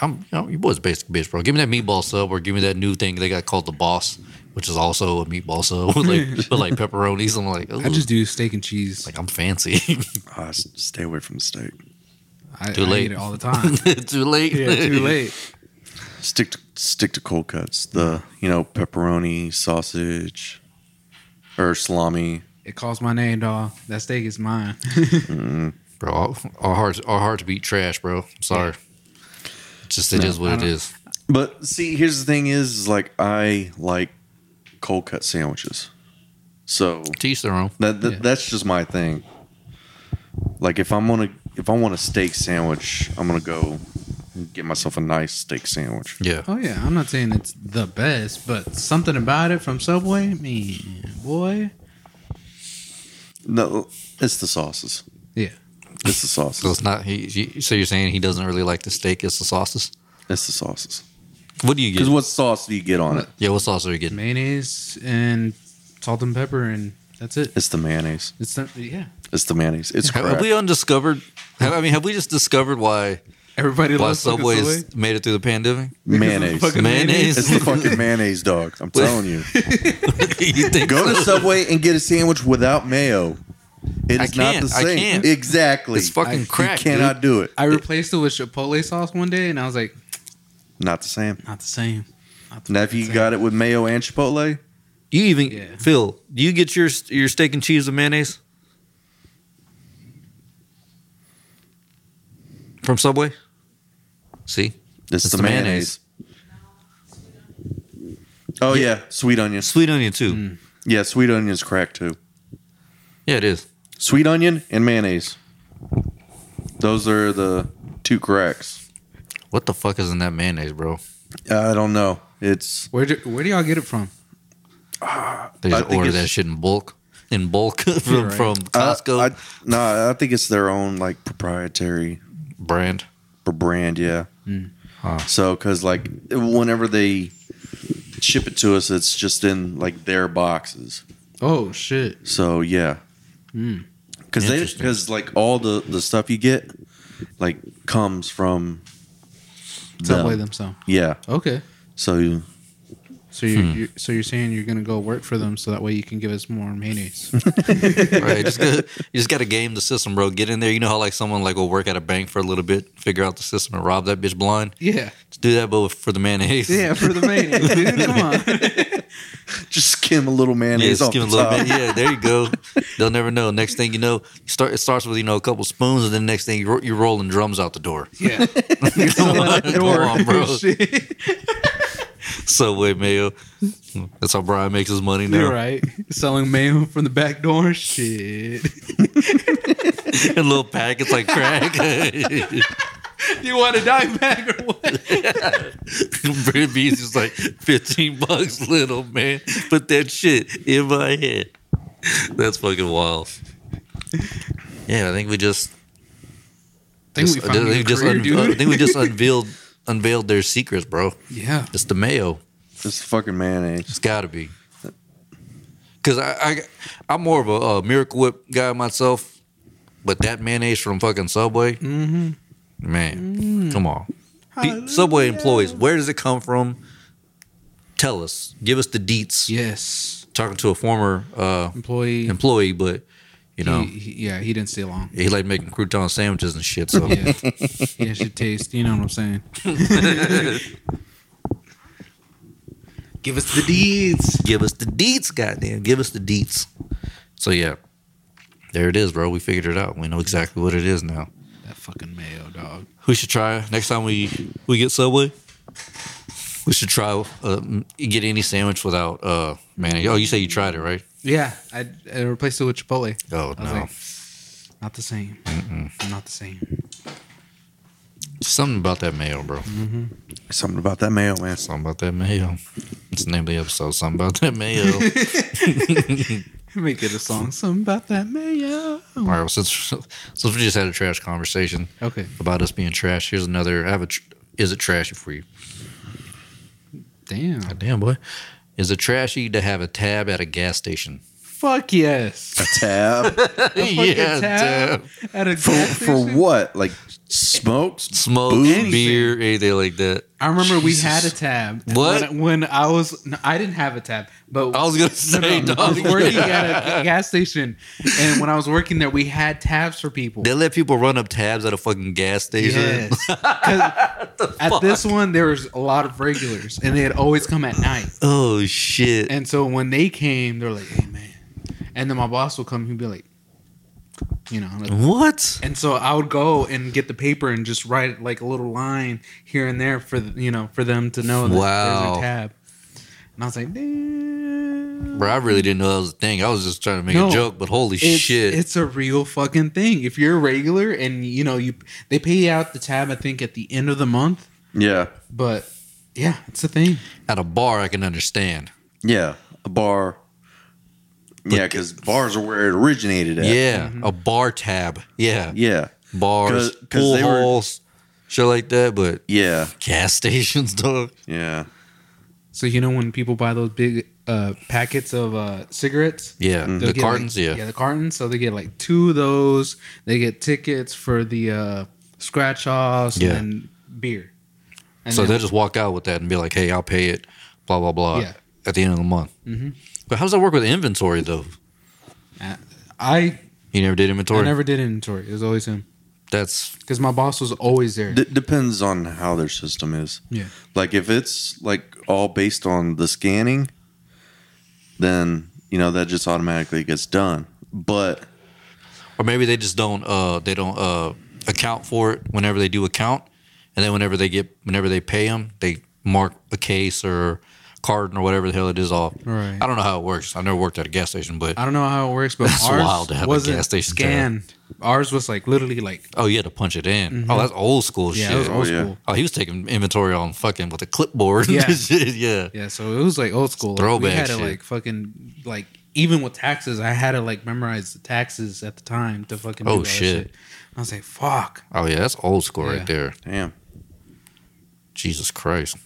S2: I'm you, know, you boys basic bitch, bro. Give me that meatball sub or give me that new thing they got called the boss, which is also a meatball sub with like with like pepperonis. I'm like,
S3: I
S2: ooh,
S3: just do steak and cheese.
S2: like I'm fancy.
S4: Ah, s- stay away from the steak.
S3: I,
S2: Too
S3: I
S2: late.
S3: eat it all the time.
S2: too late.
S3: yeah, too late.
S4: Stick to stick to cold cuts. The you know pepperoni sausage or salami.
S3: It calls my name, dog. That steak is mine.
S2: Bro, our- our hearts our hearts beat trash, bro. I'm sorry. Just it is what
S3: I
S2: it
S3: don't-
S2: is.
S4: But see, here's the thing: is, is like I like cold cut sandwiches. So
S2: Teach their own.
S4: that, that
S3: Yeah.
S4: that's just my thing. Like if I'm gonna if I want a steak sandwich, I'm gonna go get myself a nice steak sandwich.
S2: Yeah.
S3: Oh yeah, I'm not saying it's the best, but something about it from Subway, man, boy.
S4: No, it's the sauces.
S3: Yeah.
S4: It's the
S2: So
S4: sauces.
S2: it's not he, he so you're saying he doesn't really like the steak, it's the sauces?
S4: It's the sauces.
S2: What do you
S4: Because
S2: get?
S4: what sauce do you get on it?
S2: Yeah, what sauce are you getting?
S3: Mayonnaise and salt and pepper, and that's it.
S4: It's the mayonnaise.
S3: It's not, yeah.
S4: It's the mayonnaise. It's
S2: Have,
S4: crap.
S2: have we undiscovered? Have, I mean, have we just discovered why
S3: Everybody
S2: why
S3: loves fucking
S2: Subway's
S3: Subway.
S2: made it through the pandemic?
S4: mayonnaise.
S3: Fucking
S2: Mayonnaise.
S4: It's the fucking mayonnaise, dog. I'm telling you.
S2: you think
S4: Go to
S2: so?
S4: Subway and get a sandwich without mayo. It
S2: I
S4: is not the
S2: can't. I
S4: same.
S2: can't.
S4: Exactly.
S2: It's fucking
S4: You
S2: crack,
S4: cannot do it.
S3: I replaced it with Chipotle sauce one day, and I was like,
S4: Not the same.
S3: not the same. Not the
S4: Now, if you got it with mayo and Chipotle,
S2: You even
S3: Yeah.
S2: Phil? Do you get your your steak and cheese with mayonnaise? from Subway. See,
S4: It's,
S2: It's
S4: the,
S2: the
S4: mayonnaise. Oh yeah. sweet onion.
S2: sweet onion too.
S3: Mm.
S4: Yeah, sweet onion's crack too.
S2: Yeah, it is.
S4: Sweet onion and mayonnaise. Those are the two cracks.
S2: What the fuck is in that mayonnaise, bro?
S4: I don't know. It's
S3: Where do where do y'all get it from?
S2: They
S4: I
S2: just
S4: think
S2: order
S4: it's- Uh,
S2: that shit in bulk. In bulk from,
S3: You're right.
S2: from Costco
S4: I, I, no, I think it's their own like proprietary
S2: brand.
S4: b- brand. Yeah.
S2: Hmm. Huh.
S4: So, because like whenever they ship it to us, it's just in like their boxes.
S3: Oh shit!
S4: So yeah, because they
S2: Hmm. Interesting.
S4: because like all the the stuff you get like comes from
S3: Subway
S4: them.
S3: themselves.
S4: Yeah.
S3: Okay.
S4: So you,
S3: So you you so you're saying you're gonna go work for them so that way you can give us more mayonnaise.
S2: right? Just gotta, you just got to game the system, bro. Get in there. You know how like someone like will work at a bank for a little bit, figure out the system, and rob that bitch blind.
S3: yeah.
S2: Just do that, but for the mayonnaise.
S3: for the mayonnaise, dude. Come on.
S4: just skim a little
S2: Yeah,
S4: mayonnaise
S2: just
S4: off
S2: give
S4: the
S2: it a little
S4: top.
S2: bit. Yeah, there you go. They'll never know. Next thing you know, you start. It starts with you know a couple spoons, and then next thing you're, you're rolling drums out the door.
S3: Yeah.
S2: Come on, come on, bro.
S3: Shit.
S2: Subway mayo. That's how Brian makes his money now.
S3: You're right. Selling mayo from the back door. Shit.
S2: In little packets like crack.
S3: you want a dime bag or what?
S2: Brent Beast is like fifteen bucks, little man. Put that shit in my head. That's fucking wild. Yeah, I think we just
S3: think
S2: just-
S3: we
S2: I think
S3: found your
S2: we just
S3: career,
S2: un-
S3: dude.
S2: I think we just unveiled unveiled their secrets, bro.
S3: Yeah.
S2: It's the mayo.
S4: Just fucking mayonnaise.
S2: It's got to be. Cause I, I I'm more of a, uh miracle whip guy myself, but that mayonnaise from fucking Subway,
S3: Mm-hmm.
S2: man,
S3: Mm.
S2: come on. Pe- Subway employees, where does it come from? Tell us. Give us the deets.
S3: Yes.
S2: Talking to a former uh,
S3: Employee.
S2: employee, but you know
S3: He, he- yeah, he didn't stay long.
S2: he, liked making crouton sandwiches and shit. So
S3: Yeah. yeah, should taste. You know what I'm saying? Give us the deeds.
S2: give us the deets, goddamn. Give us the deets. So yeah, there it is, bro. We figured it out. We know exactly what it is now.
S3: That fucking mayo, dog.
S2: We should try next time we we get Subway. We should try uh, get any sandwich without uh mayonnaise. Oh, you say you tried it, right?
S3: Yeah, I, I replaced it with Chipotle.
S2: Oh
S3: I was
S2: no,
S3: like, not the same. Not the same.
S2: something about that mayo, bro.
S4: Something about that mayo, man.
S2: Something about that mayo. It's the name of the episode. Something about that mayo. All
S3: Make it a song. Something about that mayo.
S2: right, well, since since we just had a trash conversation
S3: Okay,
S2: about us being trash, here's another. I have a. Tr- is it trashy for you?
S3: damn.
S2: Damn boy, is it trashy to have a tab at a gas station?
S3: Fuck yes.
S4: Tab
S3: A fucking tab At a
S4: for,
S3: gas
S4: for
S3: station?
S4: what? Like smokes?
S2: smoke,
S4: Booze?
S2: beer, anything like that.
S3: I remember
S4: Jesus.
S3: we had a tab.
S2: What?
S3: When, when I was, no, I didn't have a tab, but
S2: I was gonna
S3: No, no,
S2: say,
S3: I
S2: dog.
S3: was working at a gas station, and when I was working there, we had tabs for people.
S2: They let people run up tabs at a fucking gas station.
S3: Yes. 'Cause at this one, there was a lot of regulars, and they'd always come at night.
S2: Oh shit.
S3: And so when they came, they're like, "Hey, man," and then my boss would come, he'd be like, "You know," like-
S2: what?
S3: and so I would go and get the paper and just write like a little line here and there for the, you know for them to know that there's
S2: Wow.
S3: a tab. And I was like, "Damn."
S2: Bro, I really didn't know that was a thing. I was just trying to make
S3: No.
S2: a joke, but holy
S3: it's,
S2: shit.
S3: It's a real fucking thing. If you're a regular and you know you they pay out the tab I think at the end of the month,
S4: Yeah.
S3: but yeah, it's a thing.
S2: at a bar, I can understand.
S4: Yeah. A bar. Yeah, because bars are where it originated at.
S2: Yeah.
S3: Mm-hmm.
S2: A bar tab. Yeah.
S4: Yeah.
S2: Bars,
S4: 'Cause- 'cause
S2: pool
S4: they were-
S2: halls, shit like that, but
S4: Yeah.
S2: gas stations, dog.
S4: Yeah.
S3: So you know when people buy those big uh, packets of uh, cigarettes,
S2: Yeah.
S3: Mm-hmm. They'll
S2: Mm-hmm. The
S3: get,
S2: cartons,
S3: like-
S2: yeah.
S3: yeah, the cartons. So they get like two of those. They get tickets for the uh, scratch offs
S2: Yeah.
S3: and then beer. And
S2: so
S3: then-
S2: they'll just walk out with that and be like, hey, I'll pay it, blah, blah, blah,
S3: Yeah. Mm-hmm.
S2: at the end of the month. But how does that work with inventory, though?
S3: I,
S2: You never did
S3: I
S2: inventory?
S3: never did inventory. It was always him
S2: That's
S3: because my boss was always there.
S4: D- depends on how their system is.
S3: yeah,
S4: Like if it's like all based on the scanning, then you know that just automatically gets done. But
S2: or maybe they just don't uh they don't uh account for it whenever they do account, and then whenever they get whenever they pay them, they mark a case or carton or whatever the hell it is off.
S3: Right.
S2: I don't know how it works. I never worked at a gas station, but
S3: I don't know how it works, but
S2: That's
S3: ours
S2: wild to have a
S3: wasn't
S2: gas station tab.
S3: scanned. Ours was like literally like
S2: oh, you had to punch it in. Oh, that's old school
S3: Mm-hmm. yeah, it was
S2: shit.
S4: old-
S3: old
S4: Oh, yeah.
S3: school.
S2: Oh, he was taking inventory on fucking with a clipboard.
S3: Yeah.
S2: Shit, yeah.
S3: Yeah, so it was like old school. Like,
S2: Throwback
S3: we had to
S2: shit.
S3: like fucking like even with taxes, I had to like memorize the taxes at the time to fucking. do
S2: Oh,
S3: all that
S2: shit.
S3: I was like, fuck.
S2: Oh yeah, that's old school
S3: Yeah.
S2: right there.
S4: Damn.
S2: Jesus Christ.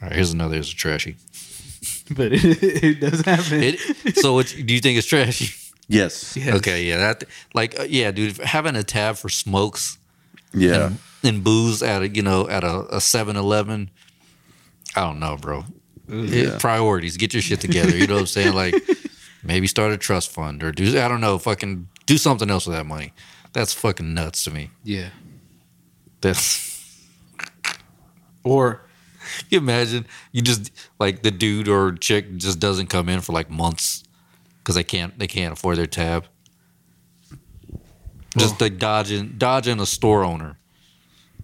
S2: All right, here's another. Here's a trashy.
S3: But it, it does happen.
S2: It, so, it's do you think it's trashy?
S4: Yes.
S3: Yes.
S2: Okay, yeah, that like uh, yeah, dude, having a tab for smokes
S4: Yeah.
S2: and booze at a you know at a, a 7-Eleven, I don't know, bro. It- priorities, get your shit together. You know what I'm saying? Like maybe start a trust fund or do I don't know, fucking do something else with that money. That's fucking nuts to me.
S3: Yeah.
S2: That's
S3: Or
S2: can you imagine you just like the dude or chick just doesn't come in for like months because they can't they can't afford their tab. Just like dodging dodging a store owner,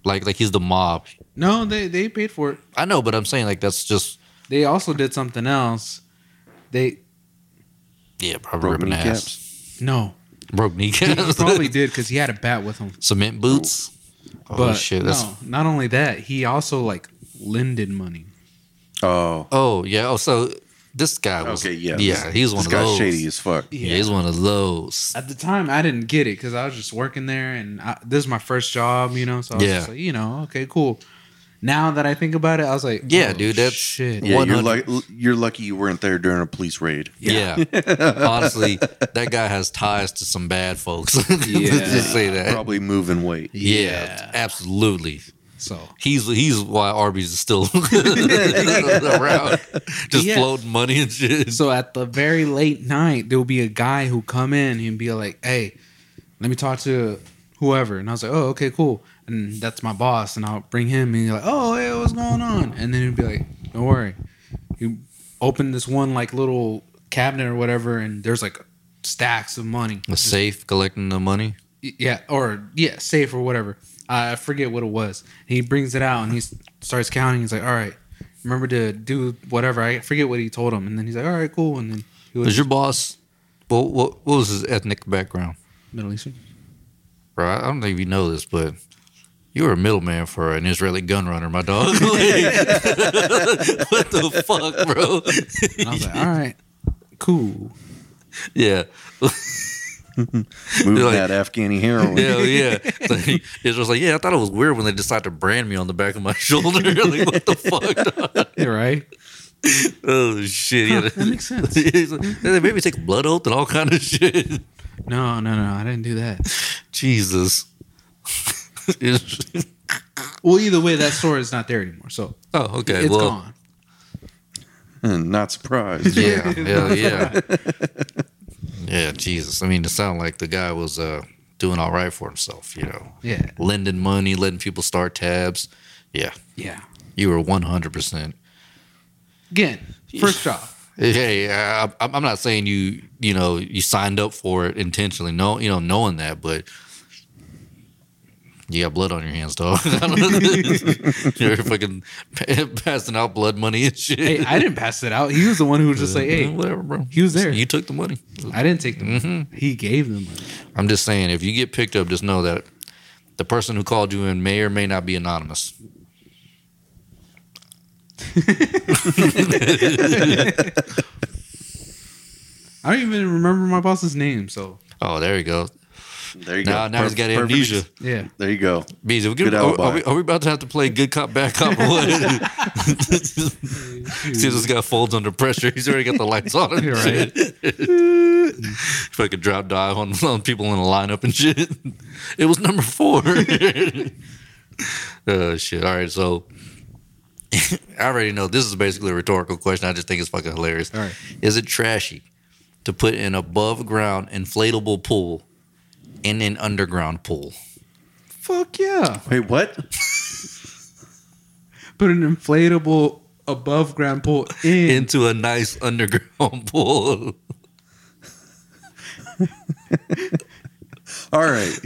S2: like like he's the mob.
S3: no, they they paid for it.
S2: I know, but I'm saying like that's just
S3: They also did something else. They
S2: yeah, probably
S4: Broke
S2: ripping ass,
S4: kneecaps.
S3: no,
S2: broke
S3: he, he
S2: kneecaps,
S3: probably did because he had a bat with him.
S2: cement boots. Oh
S3: but
S2: shit! That's
S3: no, not only that, he also like lended money.
S4: Oh.
S2: oh yeah. Oh so this guy was
S4: Okay. Yeah.
S2: yeah. He was one
S4: this
S2: of
S4: guy's
S2: those.
S4: shady as fuck.
S2: Yeah. he's one of those.
S3: at the time I didn't get it because I was just working there and I, this is my first job, you know. So I was
S2: Yeah.
S3: just like, you know, okay, cool. Now that I think about it, I was like,
S2: Yeah,
S3: oh,
S2: dude, that's-
S3: shit.
S4: Yeah. You're
S2: 100.
S4: like you're lucky you weren't there during a police raid.
S2: Yeah. Honestly, that guy has ties to some bad folks. Let's just say that.
S4: Probably moving weight.
S2: Yeah,
S3: Yeah.
S2: absolutely.
S3: So
S2: He's he's why Arby's is still around, just
S3: Yeah.
S2: floating money and shit.
S3: so at the very late night, there will be a guy who come in and be like, hey, let me talk to whoever, and I was like, oh, okay, cool. And that's my boss, and I'll bring him, and he's like, oh, hey, what's going on? And then he'd be like, don't worry, you open this one like little cabinet or whatever, and there's like stacks of money.
S2: The safe collecting the money.
S3: yeah, or yeah, safe or whatever. I forget what it was. He brings it out and he s- starts counting. He's like, "All right, remember to do whatever." I forget what he told him, and then he's like, "All right, cool." And then he was
S2: Was your boss? What what, what was his ethnic background?
S3: Middle Eastern.
S2: Bro, I don't think you know this, but you were a middleman for an Israeli gun runner, my dog. Like, what the fuck, bro?
S3: And I was like, "All right, cool."
S2: yeah,
S4: Moving
S2: Like-
S4: that Afghani heroin.
S2: hell yeah. Like, it's just like, yeah, I thought it was weird when they decided to brand me on the back of my shoulder. like, what the fuck? dog?
S3: Yeah, right.
S2: Oh shit!
S3: Huh,
S2: yeah.
S3: that makes sense.
S2: He's like, they made me take a blood oath and all kind of shit.
S3: No, no, no, I didn't do that.
S2: Jesus. It's-
S3: Well, either way, that store is not there anymore, so
S2: oh, okay.
S3: it's
S2: well,
S3: gone.
S4: Not surprised.
S2: yeah, hell yeah, yeah. Jesus. I mean, it sounded like the guy was uh, doing all right for himself. You know,
S3: Yeah,
S2: lending money, letting people start tabs. Yeah,
S3: yeah.
S2: you were one hundred percent.
S3: Again, first job.
S2: Hey, I, I'm I'm not saying you you know you signed up for it intentionally. No, you know knowing that, but you got blood on your hands, dog. You're fucking pa- passing out blood money and shit.
S3: Hey, I didn't pass it out. He was the one who was just like, "Hey,
S2: whatever, bro.
S3: he was there.
S2: You took the money.
S3: I didn't take the money.
S2: Mm-hmm.
S3: He gave the money."
S2: I'm just saying, if you get picked up, just know that the person who called you in may or may not be anonymous.
S3: I don't even remember my boss's name, so
S2: Oh, there you go.
S4: There you go.
S2: Now, now he's
S4: Perf-
S2: got
S4: perfect.
S2: amnesia.
S3: yeah.
S4: There you go.
S2: Bees, are we,
S4: Good
S2: gonna, are,
S4: alibi.
S2: are we, are we about to have to play good cop, bad cop? Or what? See, this guy folds under pressure. He's already got the lights on. And
S3: You're right.
S2: If I could drop dive on, on people in the lineup and shit, it was number four. uh, shit. All right, so I already know this is basically a rhetorical question. I just think it's fucking hilarious.
S3: All right.
S2: Is it trashy to put an above ground inflatable pool in an underground pool?
S3: Fuck yeah.
S4: Wait, what?
S3: Put an inflatable above ground pool in.
S2: into a nice underground pool.
S4: All right.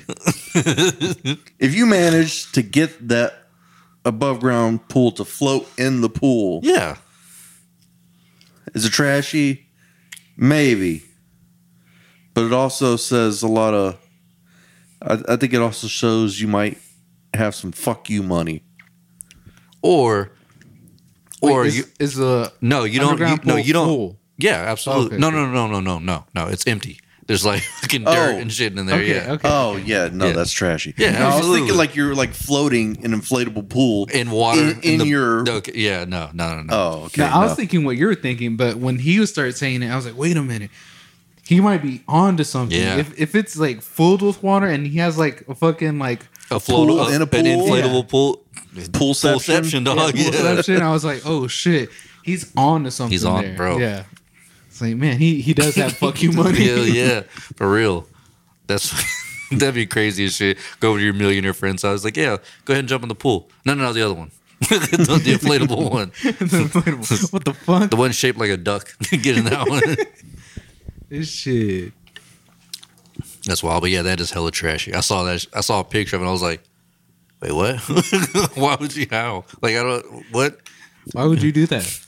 S4: If you manage to get that above ground pool to float in the pool,
S2: yeah.
S4: is it trashy? Maybe. But it also says a lot of. I, I think it also shows you might have some fuck you money.
S2: Or, or
S3: is,
S2: you,
S3: is the
S2: no, you don't. You,
S3: underground
S2: no,
S3: pool
S2: you don't.
S3: full?
S2: Yeah, absolutely.
S3: Okay,
S2: no,
S3: okay.
S2: no, no, no, no, no, no. It's empty. There's like fucking
S4: Oh.
S2: dirt and shit in there.
S3: Okay,
S2: yeah.
S3: okay.
S4: Oh yeah, no,
S2: Yeah.
S4: that's trashy.
S2: Yeah,
S4: No, I was
S2: absolutely.
S4: thinking like you're like floating in an inflatable pool
S2: In water
S4: in, in
S2: the-
S4: your.
S2: okay, yeah, no, no, no, no.
S3: Uh,
S4: Oh, okay.
S3: Now, I was
S4: no.
S3: thinking what you were thinking, but when he was started saying it, I was like, wait a minute. He might be onto something.
S2: Yeah.
S3: If, if it's like filled with water and he has like a fucking like
S2: a float,
S4: pool
S2: a-
S4: in a
S2: an
S4: pool?
S2: inflatable pool,
S4: Poolception?
S2: poolception,
S3: yeah,
S2: dog. Oh, Yeah.
S3: perception, I was like, oh shit, he's on to something.
S2: He's on,
S3: there.
S2: bro.
S3: Yeah. It's like, man, he, he does have fuck you money.
S2: Hell yeah, for real. That's that'd be crazy as shit. Go over to your millionaire friend's house. Like, yeah, go ahead and jump in the pool. No, no, no, the other one, the, the inflatable one,
S3: what the fuck?
S2: the one shaped like a duck. Get in that one.
S3: This shit.
S2: That's wild. But yeah, that is hella trashy. I saw that. I saw a picture of it. and I was like, wait, what? Why would you? How? Like, I don't. What?
S3: Why would you do that?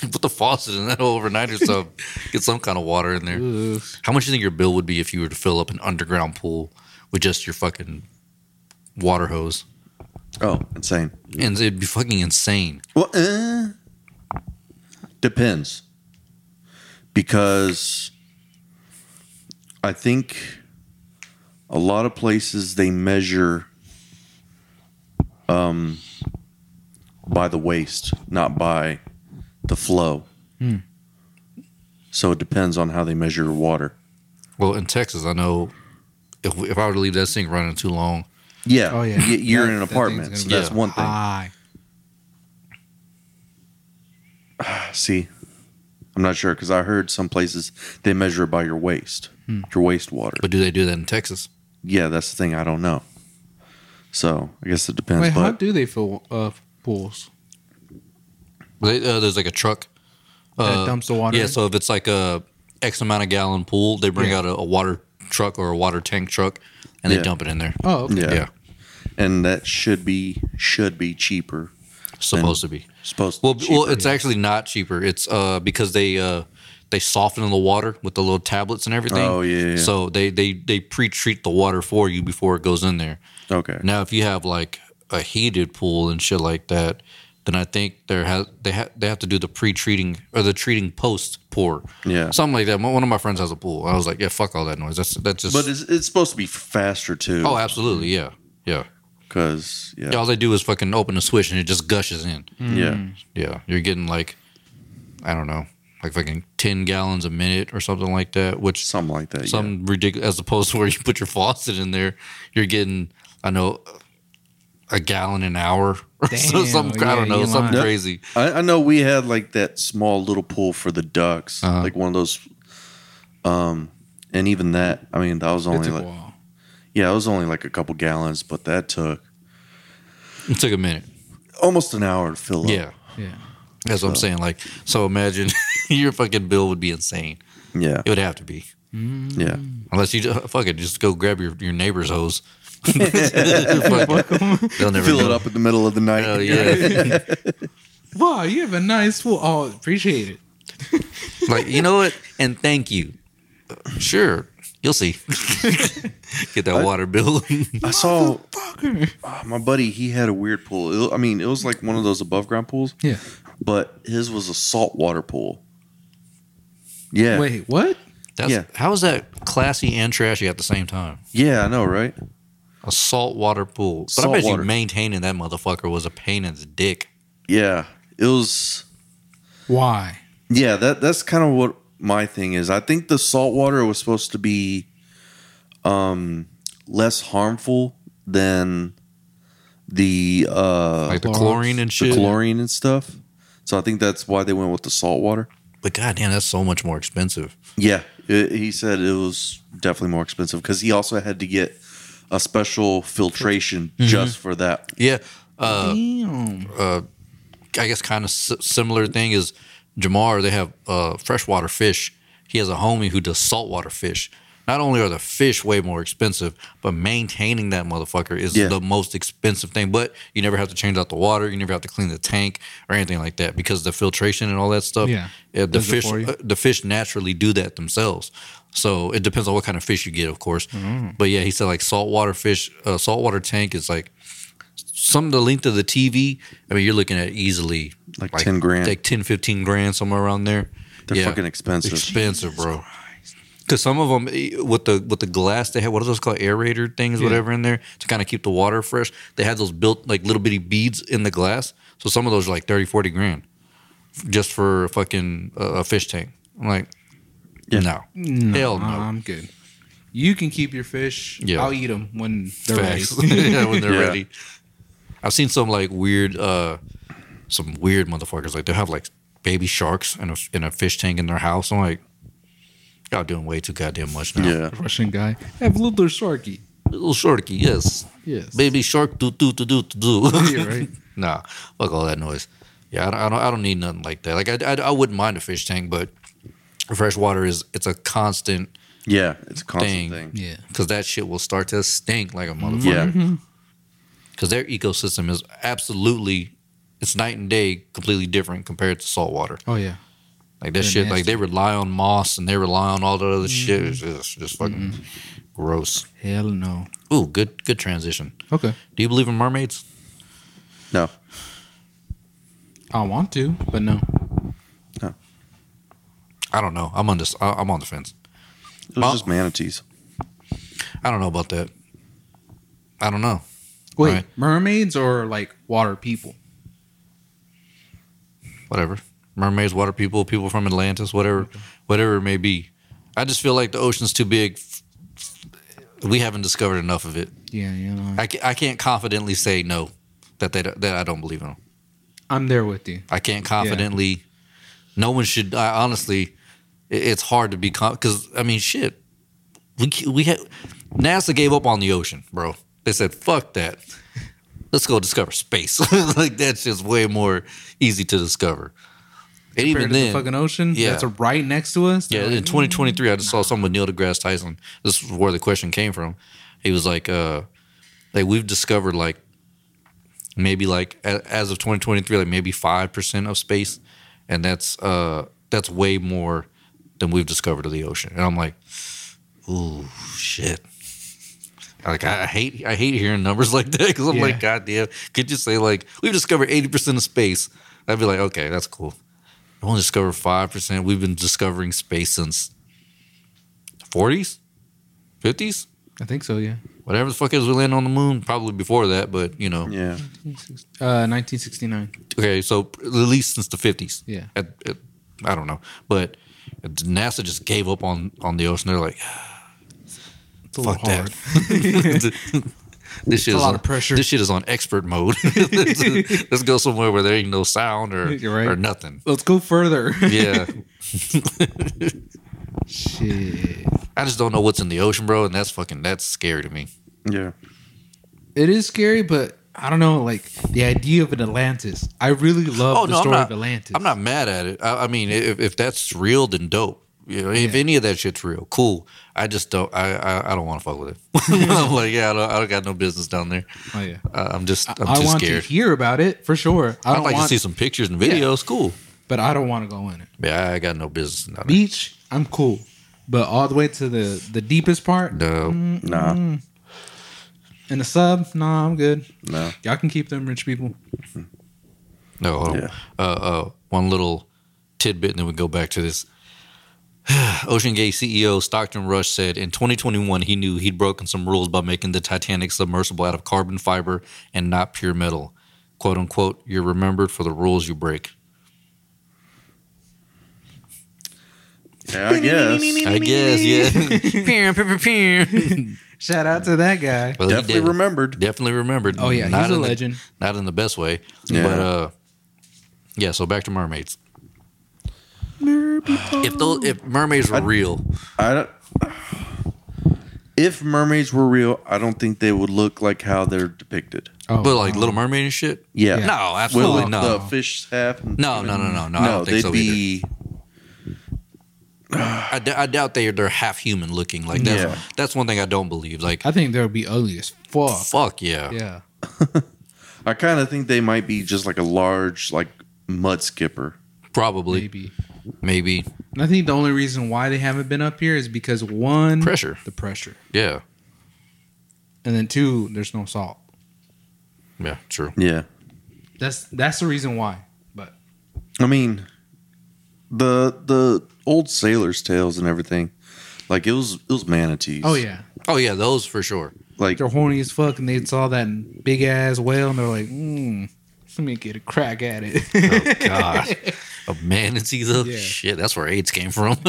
S2: Put the faucet in that overnight or something. Get some kind of water in there.
S3: Ugh.
S2: How much do you think your bill would be if you were to fill up an underground pool with just your fucking water hose?
S4: Oh, insane.
S2: And it'd be fucking insane.
S4: Well, uh, depends. Because I think a lot of places they measure um, by the waist, not by the flow.
S3: Hmm.
S4: So it depends on how they measure water.
S2: Well, in Texas, I know if, if I were to leave that sink running too long,
S4: Yeah.
S3: Oh, yeah.
S4: y- You're
S3: That-
S4: in an
S3: that thing's
S4: apartment.
S3: gonna
S4: So
S3: be
S4: that's one thing.
S3: Hi.
S4: See, I'm not sure because I heard some places they measure it by your waist,
S3: Hmm.
S4: your wastewater.
S2: but do they do that in Texas?
S4: Yeah, that's the thing. I don't know. So I guess it depends.
S3: Wait, how
S4: but
S3: do they fill uh, pools?
S2: They, uh, there's like a truck
S3: That dumps the water
S2: Yeah,
S3: in?
S2: so if it's like a X amount of gallon pool, they bring
S3: Yeah.
S2: out a, a water truck or a water tank truck and they
S4: Yeah.
S2: dump it in there.
S3: Oh, okay.
S4: yeah.
S2: Yeah,
S4: and that should be should be cheaper.
S2: supposed to be.
S4: Supposed to
S2: Well,
S4: be
S2: well,
S4: cheaper.
S2: it's actually not cheaper. It's uh because they uh they soften the water with the little tablets and everything.
S4: Oh, yeah, yeah.
S2: So they they they pre-treat the water for you before it goes in there.
S4: okay.
S2: Now, if you have like a heated pool and shit like that, then I think there has they have they have to do the pre-treating or the treating post pour.
S4: Yeah.
S2: Something like that. My- One of my friends has a pool. I was like, yeah, fuck all that noise. That's that's just.
S4: But it's, it's supposed to be faster too.
S2: oh, absolutely, yeah, yeah.
S4: because yeah,
S2: Yeah, all they do is fucking open the switch and it just gushes in. hmm.
S4: yeah,
S2: Yeah, you're getting like, I don't know, like fucking ten gallons a minute or something like that, which
S4: something like that. yeah.
S2: some ridiculous as opposed to where you put your faucet in there you're getting i know a gallon an hour or so,
S3: Damn,
S2: something i
S3: yeah,
S2: don't know
S3: you're
S2: something
S3: lying.
S2: crazy
S4: I, I know we had like that small little pool for the ducks,
S2: Uh-huh.
S4: like one of those. Um, and even that, I mean, that was
S3: It
S4: only
S3: took a
S4: like
S3: while.
S4: yeah, it was only like a couple gallons, but that took
S2: it took a minute
S4: almost an hour to fill up.
S2: yeah
S3: Yeah.
S2: that's what i'm saying like so imagine your fucking bill would be insane
S4: yeah,
S2: it would have to be
S4: yeah.
S2: unless you just, fuck it just go grab your, your neighbor's hose Fuck it. they'll never
S4: Fill
S2: know.
S4: it up in the middle of the night.
S2: oh yeah
S3: Wow, you have a nice pool. Oh, appreciate it.
S2: like you know what and thank you sure you'll see get that water bill
S4: I saw
S3: Fucker.
S4: uh, my buddy. He had a weird pool. It- I mean, it was like one of those above ground pools,
S3: Yeah.
S4: but his was a saltwater pool. Yeah,
S3: Wait, what?
S2: That's,
S4: Yeah.
S2: How is that classy and trashy at the same time?
S4: yeah, I know, right?
S2: A saltwater pool. But I
S4: Salt
S2: bet
S4: water.
S2: you maintaining that motherfucker was a pain in the dick.
S4: Yeah, it was.
S3: Why?
S4: Yeah, that that's kind of what my thing is. I think the saltwater was supposed to be um less harmful than the uh
S2: Like the
S3: Chlorine.
S2: chlorine and
S4: the
S2: shit.
S4: chlorine and stuff. So I think that's why they went with the saltwater.
S2: But goddamn, that's so much more expensive.
S4: Yeah, it, he said it was definitely more expensive because he also had to get a special filtration
S2: Mm-hmm.
S4: just for that.
S2: Yeah. Uh,
S3: Damn.
S2: uh, I guess kind of s- similar thing is Jamar. They have uh, freshwater fish. He has a homie who does saltwater fish. Not only are the fish way more expensive, but maintaining that motherfucker is
S4: Yeah.
S2: the most expensive thing. But you never have to change out the water, you never have to clean the tank or anything like that because the filtration and all that stuff.
S3: Yeah.
S2: uh, the
S3: Does it
S2: fish,
S3: for you.
S2: uh, the fish naturally do that themselves. So it depends on what kind of fish you get, of course.
S3: Mm.
S2: But yeah, he said like saltwater fish, uh, saltwater tank is like some the length of the TV. I mean, you're looking at easily
S4: Like 10 grand.
S2: like 10, 15 grand somewhere around there.
S4: They're
S2: Yeah.
S4: fucking expensive.
S2: expensive, bro. Because some of them eh, with the with the glass they had, what are those called? Aerator things, whatever, in there to kind of keep the water fresh. They had those built like little bitty beads in the glass. So some of those are like 30, 40 grand just for a fucking uh, a fish tank. I'm like,
S4: Yeah.
S2: no.
S3: Oh, No,
S2: Hell no.
S3: I'm good. You can keep your fish.
S2: Yeah.
S3: I'll eat them when they're
S2: Facts.
S3: ready.
S2: yeah, when they're
S4: Yeah.
S2: ready. I've seen some like weird, uh some weird motherfuckers. Like they have like baby sharks in a in a fish tank in their house. I'm like, y'all doing way too goddamn much now.
S4: Yeah.
S3: Russian guy. Have little sharky.
S2: Little sharky, yes.
S3: Yes.
S2: Baby shark, do do do do do. do.
S3: Yeah, right.
S2: Nah, fuck all that noise. Yeah, I don't, I don't, I don't need nothing like that. Like I, I, I wouldn't mind a fish tank, but fresh water is it's a constant
S4: Yeah. It's a constant
S2: Thing.
S4: thing.
S3: Yeah.
S2: because that shit will start to stink like a motherfucker.
S4: Yeah.
S3: Mm-hmm.
S2: because their ecosystem is absolutely it's night and day completely different compared to saltwater
S3: Oh yeah.
S2: like that
S3: They're
S2: shit like
S3: nasty. Mm-hmm.
S2: they rely on moss and they rely on all that other shit it's just, just fucking gross
S3: Hell no.
S2: ooh good good transition
S3: Okay.
S2: do you believe in mermaids
S4: No.
S3: I want to, but no.
S2: i don't know i'm on this I- i'm on the fence
S4: It was
S2: Well-
S4: just manatees.
S2: i don't know about that i don't know
S3: Wait,
S2: Right.
S3: mermaids or like water people?
S2: whatever mermaids water people people from atlantis whatever whatever it may be i just feel like the ocean's too big F- f- we haven't discovered enough of it
S3: Yeah, you know.
S2: I, ca- I can't confidently say no that they don't- that I don't believe in them.
S3: I'm there with you.
S2: I can't confidently. No one should. I honestly, it- it's hard to be because I mean, shit. We c- we had NASA gave up on the ocean, bro. They said, "Fuck that. Let's go discover space." like that's just way more easy to discover. And
S3: Compared
S2: even
S3: to the
S2: then,
S3: fucking ocean
S2: yeah.
S3: that's right next to us.
S2: yeah,
S3: they're
S2: in
S3: like,
S2: 2023, I just saw something with Neil deGrasse Tyson. This is where the question came from. He was like, uh, like we've discovered like maybe like a- as of 2023, like maybe five percent of space, and that's uh that's way more than we've discovered of the ocean. And I'm like, ooh, shit. Like I I hate I hate hearing numbers like that because I'm
S3: Yeah.
S2: like, goddamn, could you say like we've discovered 80 percent of space? I'd be like, okay, that's cool. I only discovered five percent. We've been discovering space since forties, fifties,
S3: I think so. Yeah.
S2: whatever the fuck is we landed on the moon. Probably before that, but you know,
S4: Yeah.
S3: Uh, 1969.
S2: okay. So at least since the fifties.
S3: Yeah.
S2: At, at, I don't know, but NASA just gave up on on the ocean. They're like, "Ah,
S3: It's a
S2: fuck
S3: little hard.
S2: that. this shit
S3: a
S2: is
S3: lot
S2: on,
S3: of pressure.
S2: This shit is on expert mode. let's, let's go somewhere where there ain't no sound or
S3: You're right.
S2: or nothing.
S3: Let's go further.
S2: Yeah.
S3: Shit.
S2: I just don't know what's in the ocean, bro, and that's fucking that's scary to me.
S4: Yeah.
S3: It is scary, but I don't know. Like the idea of an Atlantis. I really love the story
S2: Oh, I'm not,
S3: of Atlantis.
S2: I'm not mad at it. I, I mean, if, if that's real, then dope. You know, if
S3: Yeah.
S2: any of that shit's real, cool. I just don't. I I, I don't want to fuck with it. I'm like, yeah, I don't, I don't got no business down there.
S3: Oh yeah.
S2: Uh, I'm just, I'm
S3: I
S2: too
S3: want
S2: scared.
S3: to hear about it for sure. I
S2: I'd
S3: don't
S2: like
S3: want,
S2: to see some pictures and videos. Cool.
S3: but I don't want to go in it.
S2: Yeah, I got no business. Down there.
S3: Beach, I'm cool, but all the way to the the deepest part
S2: No, Mm-hmm.
S4: Nah.
S3: in the sub, nah, I'm good.
S4: No.
S3: Y'all can keep them rich people.
S2: no. Hold on.
S4: Yeah.
S2: Uh, uh, one little tidbit, and then we go back to this. Ocean Gate CEO Stockton Rush said in 2021 he knew he'd broken some rules by making the Titanic submersible out of carbon fiber and not pure metal. "Quote unquote," you're remembered for the rules you break.
S4: Yeah, I guess.
S2: I guess, yeah. Pew, pew, pew, pew.
S3: Shout out to that guy.
S2: Well, he
S4: Definitely
S2: did.
S4: remembered.
S2: Definitely remembered.
S3: Oh yeah,
S2: Not
S3: he's a
S2: in the-
S3: legend.
S2: not in the best way,
S4: Yeah.
S2: but uh, yeah. So back to mermaids. If those if mermaids were real,
S4: I don't. If mermaids were real, I don't think they would look like how they're depicted.
S3: Oh,
S2: but like
S3: oh.
S2: Little Mermaid and shit,
S4: Yeah.
S3: Yeah.
S2: no,
S4: With
S2: absolutely
S4: like,
S2: no.
S4: the fish half. and-
S2: no, no, no, no, no, I don't think
S4: they'd
S2: so either.
S4: be.
S2: I, d- I doubt they are they're half human looking. Like that's
S4: Yeah.
S2: that's one thing I don't believe. Like
S3: I think that would be ugly as fuck.
S2: fuck yeah.
S3: Yeah.
S4: I kind of think they might be just like a large like mud skipper.
S2: probably
S3: Maybe.
S2: maybe
S3: And I think the only reason why they haven't been up here is because one,
S2: pressure.
S3: the pressure,
S2: Yeah,
S3: and then two, there's no salt.
S2: yeah, true.
S4: Yeah.
S3: That's that's the reason why.
S4: I mean, the the old sailors' tales and everything, like it was it was manatees.
S3: Oh yeah,
S2: Oh yeah, those for sure.
S4: like
S3: they're horny as fuck, and they saw that big ass whale, and they're like, mm, let me get a crack at it.
S2: Oh god, a manatee though.
S3: Yeah.
S2: Shit, that's where AIDS came from.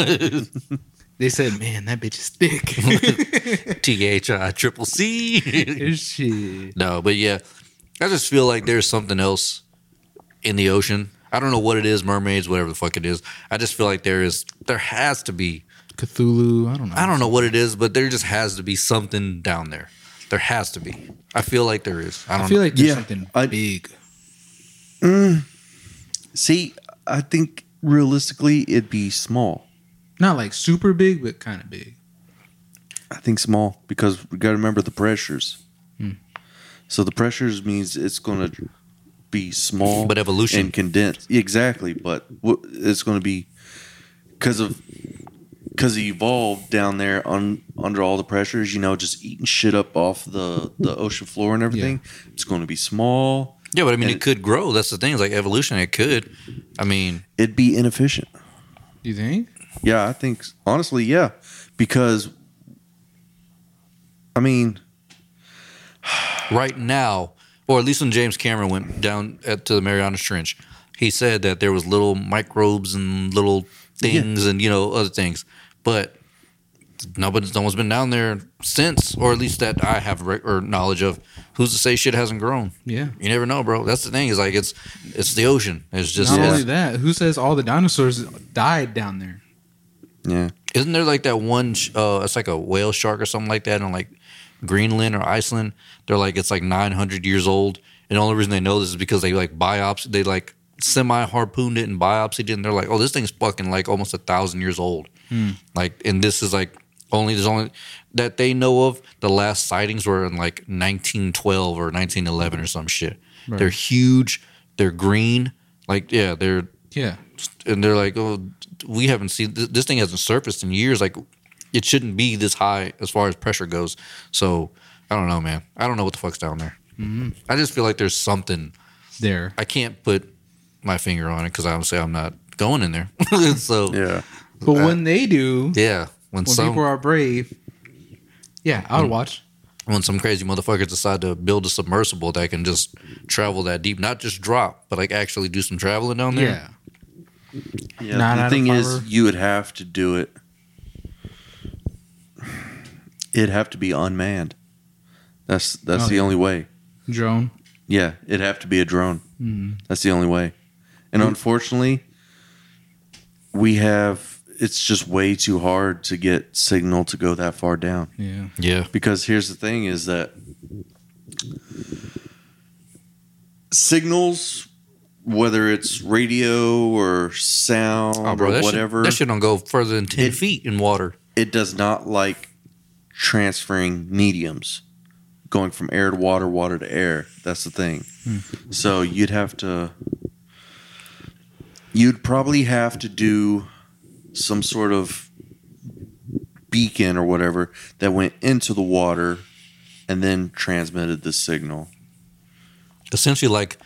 S3: they said, man, that bitch is thick.
S2: T H I triple C.
S3: Shit.
S2: No, but yeah, I just feel like there's something else in the ocean. I don't know what it is, mermaids, whatever the fuck it is. I just feel like there is, there has to be.
S3: Cthulhu. I don't know.
S2: I don't know what it is, but there just has to be something down there. There has to be. I feel like there is. I don't
S3: I feel
S2: know.
S3: like there's
S4: Yeah,
S3: something
S4: I-
S3: big.
S4: see, I think realistically it'd be small.
S3: Not like super big, but kind of big.
S4: I think small because we got to remember the pressures.
S2: Hmm.
S4: So the pressures means it's going to be small,
S2: But evolution.
S4: and condensed exactly. But what it's going to be because of because it evolved down there on under all the pressures, you know, just eating shit up off the the ocean floor and everything. It's going to be small.
S2: yeah, but I mean,
S4: and-
S2: it could grow. That's the thing. It's like evolution. It could. I mean,
S4: It'd be inefficient.
S3: You think?
S4: Yeah, I think honestly, yeah, because I mean,
S2: right now, or at least when James Cameron went down at, to the Marianas Trench, he said that there was little microbes and little things and you know other things, but nobody's no one's been down there since, or at least that I have re- or knowledge of. Who's to say shit hasn't grown?
S3: Yeah.
S2: You never know, bro. That's the thing. Is like it's it's the ocean. It's just
S3: Not
S4: Yeah.
S3: only that, who says all the dinosaurs died down there?
S4: yeah,
S2: Isn't there like that one? sh- Uh, it's like a whale shark or something like that on like Greenland or Iceland. They're like it's like 900 years old, and the only reason they know this is because they like biopsy. They like semi harpooned it and biopsied it, and they're like, oh, this thing's fucking like almost a thousand years old. Like, and this is like only there's only that they know of. The last sightings were in like 1912 or 1911 or some shit. They're huge. They're green. Like yeah, they're
S3: Yeah.
S2: and they're like, "Oh, we haven't seen th- this thing hasn't surfaced in years. Like, it shouldn't be this high as far as pressure goes." So I don't know, man. I don't know what the fuck's down there. I just feel like there's something
S3: There.
S2: I can't put my finger on it because obviously I'm not going in there. so yeah,
S4: yeah.
S3: But when they do,
S2: when,
S3: when
S2: some
S3: people are brave, yeah, I would watch.
S2: when some crazy motherfuckers decide to build a submersible that can just travel that deep, not just drop, but like actually do some traveling down there.
S3: Yeah.
S4: Yeah,
S3: Nine out
S4: the
S3: of
S4: thing
S3: five
S4: is,
S3: are-
S4: you would have to do it. It'd have to be unmanned. That's that's
S3: Oh,
S4: the
S3: yeah.
S4: only way.
S3: Drone. Mm,
S4: Yeah, it'd have to be a drone. That's the only way. And unfortunately, we have it's just way too hard to get signal to go that far down.
S3: Yeah.
S2: Yeah,
S4: Because here's the thing is that signals whether it's radio or sound
S2: oh, bro,
S4: or
S2: that
S4: whatever
S2: Shit, that shit don't go further than ten
S4: It-
S2: feet in water.
S4: it does not like transferring mediums going from air to water water to air that's the thing so you'd have to you'd probably have to do some sort of beacon or whatever that went into the water and then transmitted the signal
S2: essentially like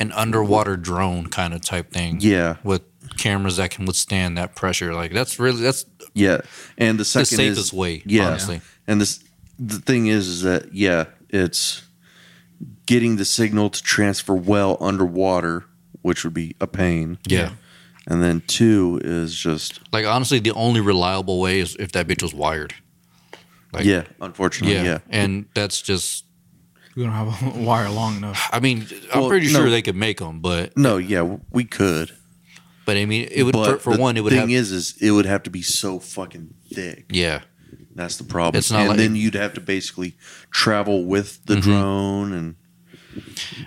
S2: an underwater drone kind of type thing.
S4: yeah
S2: With cameras that can withstand that pressure. Like that's really that's
S4: yeah and the
S2: the
S4: second
S2: safest
S4: is
S2: way,
S4: yeah.
S2: honestly.
S4: And this the thing is is that yeah, it's getting the signal to transfer well underwater, which would be a pain.
S2: Yeah.
S4: And then two is just
S2: Like honestly the only reliable way is if that bitch was wired. Like-
S4: yeah, unfortunately,
S2: Yeah.
S4: Oh, yeah.
S2: And that's just
S3: We don't have a wire long enough.
S2: I mean, I'm
S4: Well,
S2: pretty sure
S4: no.
S2: they could make them, but
S4: No, yeah, we could.
S2: but I mean it would
S4: But
S2: for, for
S4: the
S2: one it would have
S4: thing is is it would have to be so fucking thick.
S2: yeah.
S4: That's the problem.
S2: It's not
S4: and
S2: like- Mm-hmm.
S4: then you'd have to basically travel with the drone and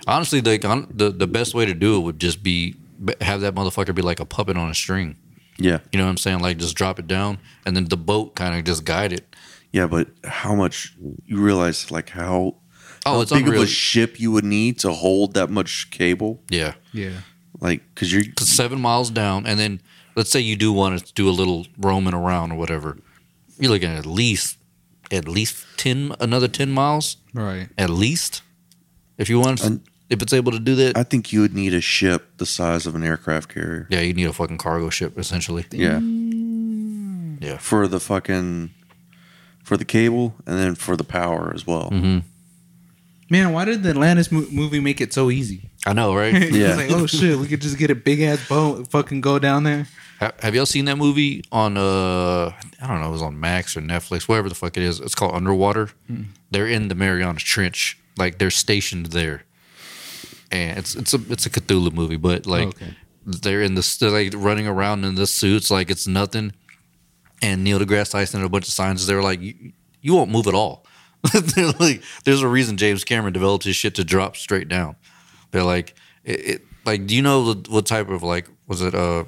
S2: Honestly, like on, the the best way to do it would just be have that motherfucker be like a puppet on a string.
S4: Yeah.
S2: You know what I'm saying? Like just drop it down, and then the boat kind of just guide it.
S4: Yeah, but how much you realize like how,
S2: Oh,
S4: how
S2: it's
S4: big
S2: unreal.
S4: of a ship you would need to hold that much cable?
S2: yeah,
S3: Yeah.
S4: Like, cause you're
S2: 'Cause seven miles down, and then let's say you do want to do a little roaming around or whatever. You're looking at at least at least ten another ten miles
S3: Right.
S2: at least if you want
S4: And-
S2: if it's able to do that.
S4: I think you would need a ship the size of an aircraft carrier.
S2: yeah, you need a fucking cargo ship essentially.
S4: Yeah.
S2: Yeah.
S4: For the fucking for the cable and then for the power as well.
S2: hmm
S3: Man, why did the Atlantis mo- movie make it so easy?
S2: I know, right?
S3: It's
S4: Yeah.
S3: like, oh shit, we could just get a big ass boat, fucking go down there.
S2: Ha- Have y'all seen that movie on uh I don't know, it was on Max or Netflix, wherever the fuck it is. It's called Underwater. They're in the Mariana Trench. Like they're stationed there. And it's it's a it's a Cthulhu movie, but like
S3: Okay.
S2: they're in the they're like running around in the suits like it's nothing. And Neil deGrasse Tyson and a bunch of scientists, they were like, you, you won't move at all. They're like, there's a reason James Cameron developed his shit to drop straight down. They're like, it, it like, do you know the- what type of like was it uh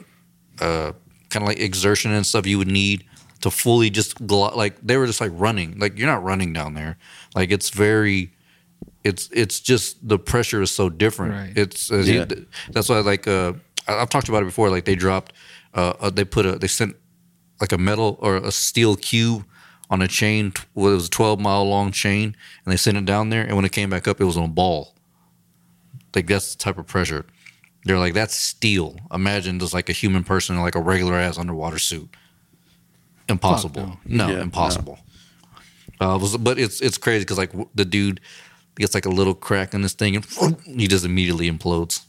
S2: uh kind of like exertion and stuff you would need to fully just glo- like they were just like running like you're not running down there like it's very it's it's just the pressure is so different
S3: Right.
S2: it's uh, he-
S4: Yeah.
S2: that's why like uh I, I've talked about it before like they dropped uh, uh they put a they sent like a metal or a steel cube on a chain t- well, it was a 12 mile long chain and they sent it down there and when it came back up it was on a ball like that's the type of pressure they're like that's steel imagine just like a human person in like a regular ass underwater suit impossible
S3: Fuck
S2: no,
S4: Yeah,
S2: impossible Uh, it was- but it's it's crazy because like w- the dude gets like a little crack in this thing and he just immediately implodes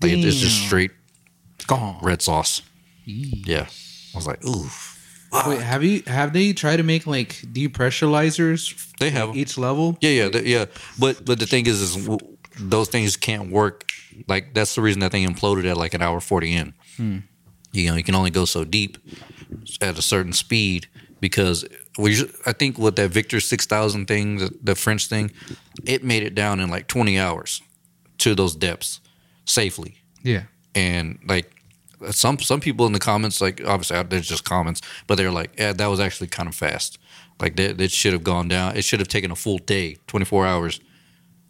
S2: like it- it's just
S3: Damn.
S2: straight
S3: Gone.
S2: red sauce
S3: Yee.
S2: yeah i was like ooh
S3: Wait, have you have they tried to make like depressurizers
S2: they have 'em.
S3: each level?
S2: Yeah, yeah, th- yeah. But but the thing is, is w- those things can't work. Like that's the reason that thing imploded at like an hour forty in. You know, you can only go so deep at a certain speed because we. ju- I think with that Victor six thousand thing, the, the French thing, it made it down in like twenty hours to those depths safely
S3: Yeah.
S2: and like some some people in the comments like obviously out there's just comments but they're like yeah that was actually kind of fast like that, that should have gone down it should have taken a full day 24 hours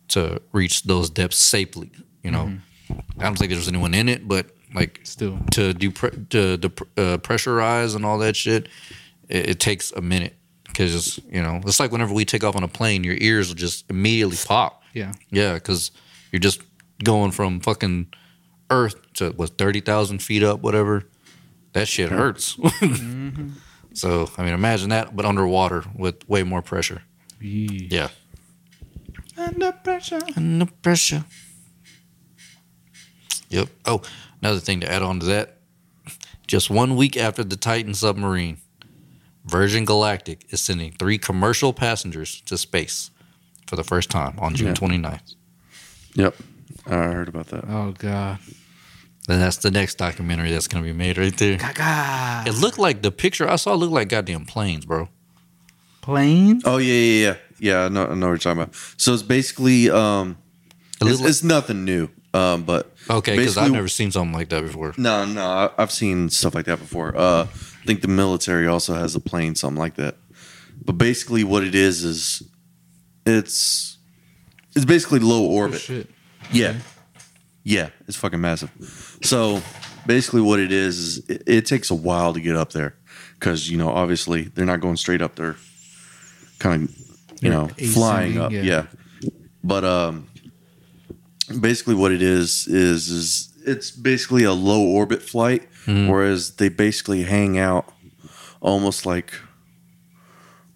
S2: to reach those depths safely you know i don't think there's anyone in it but like
S3: Still.
S2: to depre- to dep- uh, pressurize and all that shit it, it takes a minute because you know it's like whenever we take off on a plane your ears will just immediately pop
S3: Yeah.
S2: yeah, because you're just going from fucking Earth to what thirty thousand feet up, whatever. That shit hurts. So I mean, imagine that, but underwater with way more pressure.
S3: Yee.
S2: Yeah,
S3: Under pressure.
S2: under pressure. Yep. Oh, another thing to add on to that. Just one week after the Titan submarine, Virgin Galactic is sending three commercial passengers to space for the first time on June
S4: Yeah.
S2: 29th.
S4: Yep. I heard about that.
S3: Oh god.
S2: Then that's the next documentary that's gonna be made right there.
S3: Gaga.
S2: It looked like the picture I saw looked like goddamn planes, bro.
S3: Planes.
S4: Oh yeah, yeah, yeah. Yeah, I know, I know what you're talking about. So it's basically um
S2: It
S4: it's,
S2: looked like-
S4: it's nothing new. Um but
S2: okay, because I've
S4: basically-
S2: never seen something like that before.
S4: No, no, I- I've seen stuff like that before. Uh, I think the military also has a plane, something like that. But basically, what it is is it's it's basically low
S3: Oh,
S4: orbit.
S3: shit.
S4: Yeah, yeah, it's fucking massive. So basically, what it is is it, it takes a while to get up there because you know obviously they're not going straight up. They're kind of you know
S3: Ascending,
S4: flying up.
S3: yeah.
S4: Yeah. but um, basically what it is is is it's basically a low orbit flight, whereas they basically hang out almost like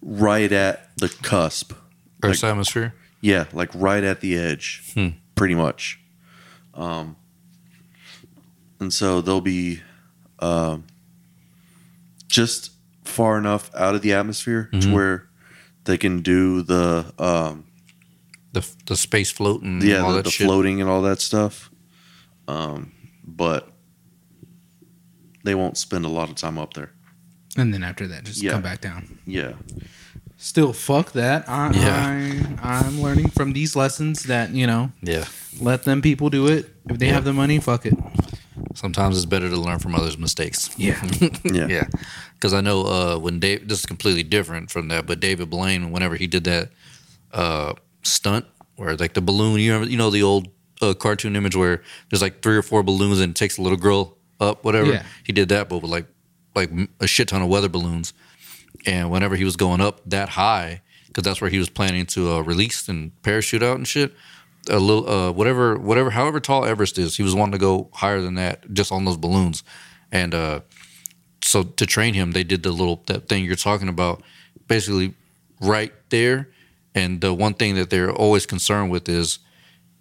S4: right at the cusp.
S2: Earth's atmosphere.
S4: Yeah, like right at the edge,
S2: Hmm.
S4: pretty much. Um, and so they'll be um just far enough out of the atmosphere
S2: Mm-hmm.
S4: to where they can do the um,
S2: The the space float and
S4: yeah
S2: Mm, all
S4: the,
S2: that
S4: the
S2: shit.
S4: floating and all that stuff. Um, but they won't spend a lot of time up there.
S3: And then after that, just
S4: Yeah.
S3: come back down.
S4: Yeah,
S3: Still, fuck that. I,
S2: Yeah.
S3: I, I'm learning from these lessons that you know,
S2: Yeah.
S3: let them people do it. If they
S2: Yeah.
S3: have the money, fuck it.
S2: So Sometimes it's better to learn from others' mistakes.
S3: Yeah.
S4: Yeah.
S2: Yeah. Because I know uh, when Dave, this is completely different from that, but David Blaine, whenever he did that uh, stunt where like the balloon, you, remember, you know, the old uh, cartoon image where there's like three or four balloons and it takes a little girl up, whatever.
S3: Yeah.
S2: He did that, but with like, like a shit ton of weather balloons. And whenever he was going up that high, because that's where he was planning to uh, release and parachute out and shit. A little, uh, whatever, whatever, however tall Everest is, he was wanting to go higher than that just on those balloons. And uh, so to train him, they did the little that thing you're talking about, basically right there. And the one thing that they're always concerned with is,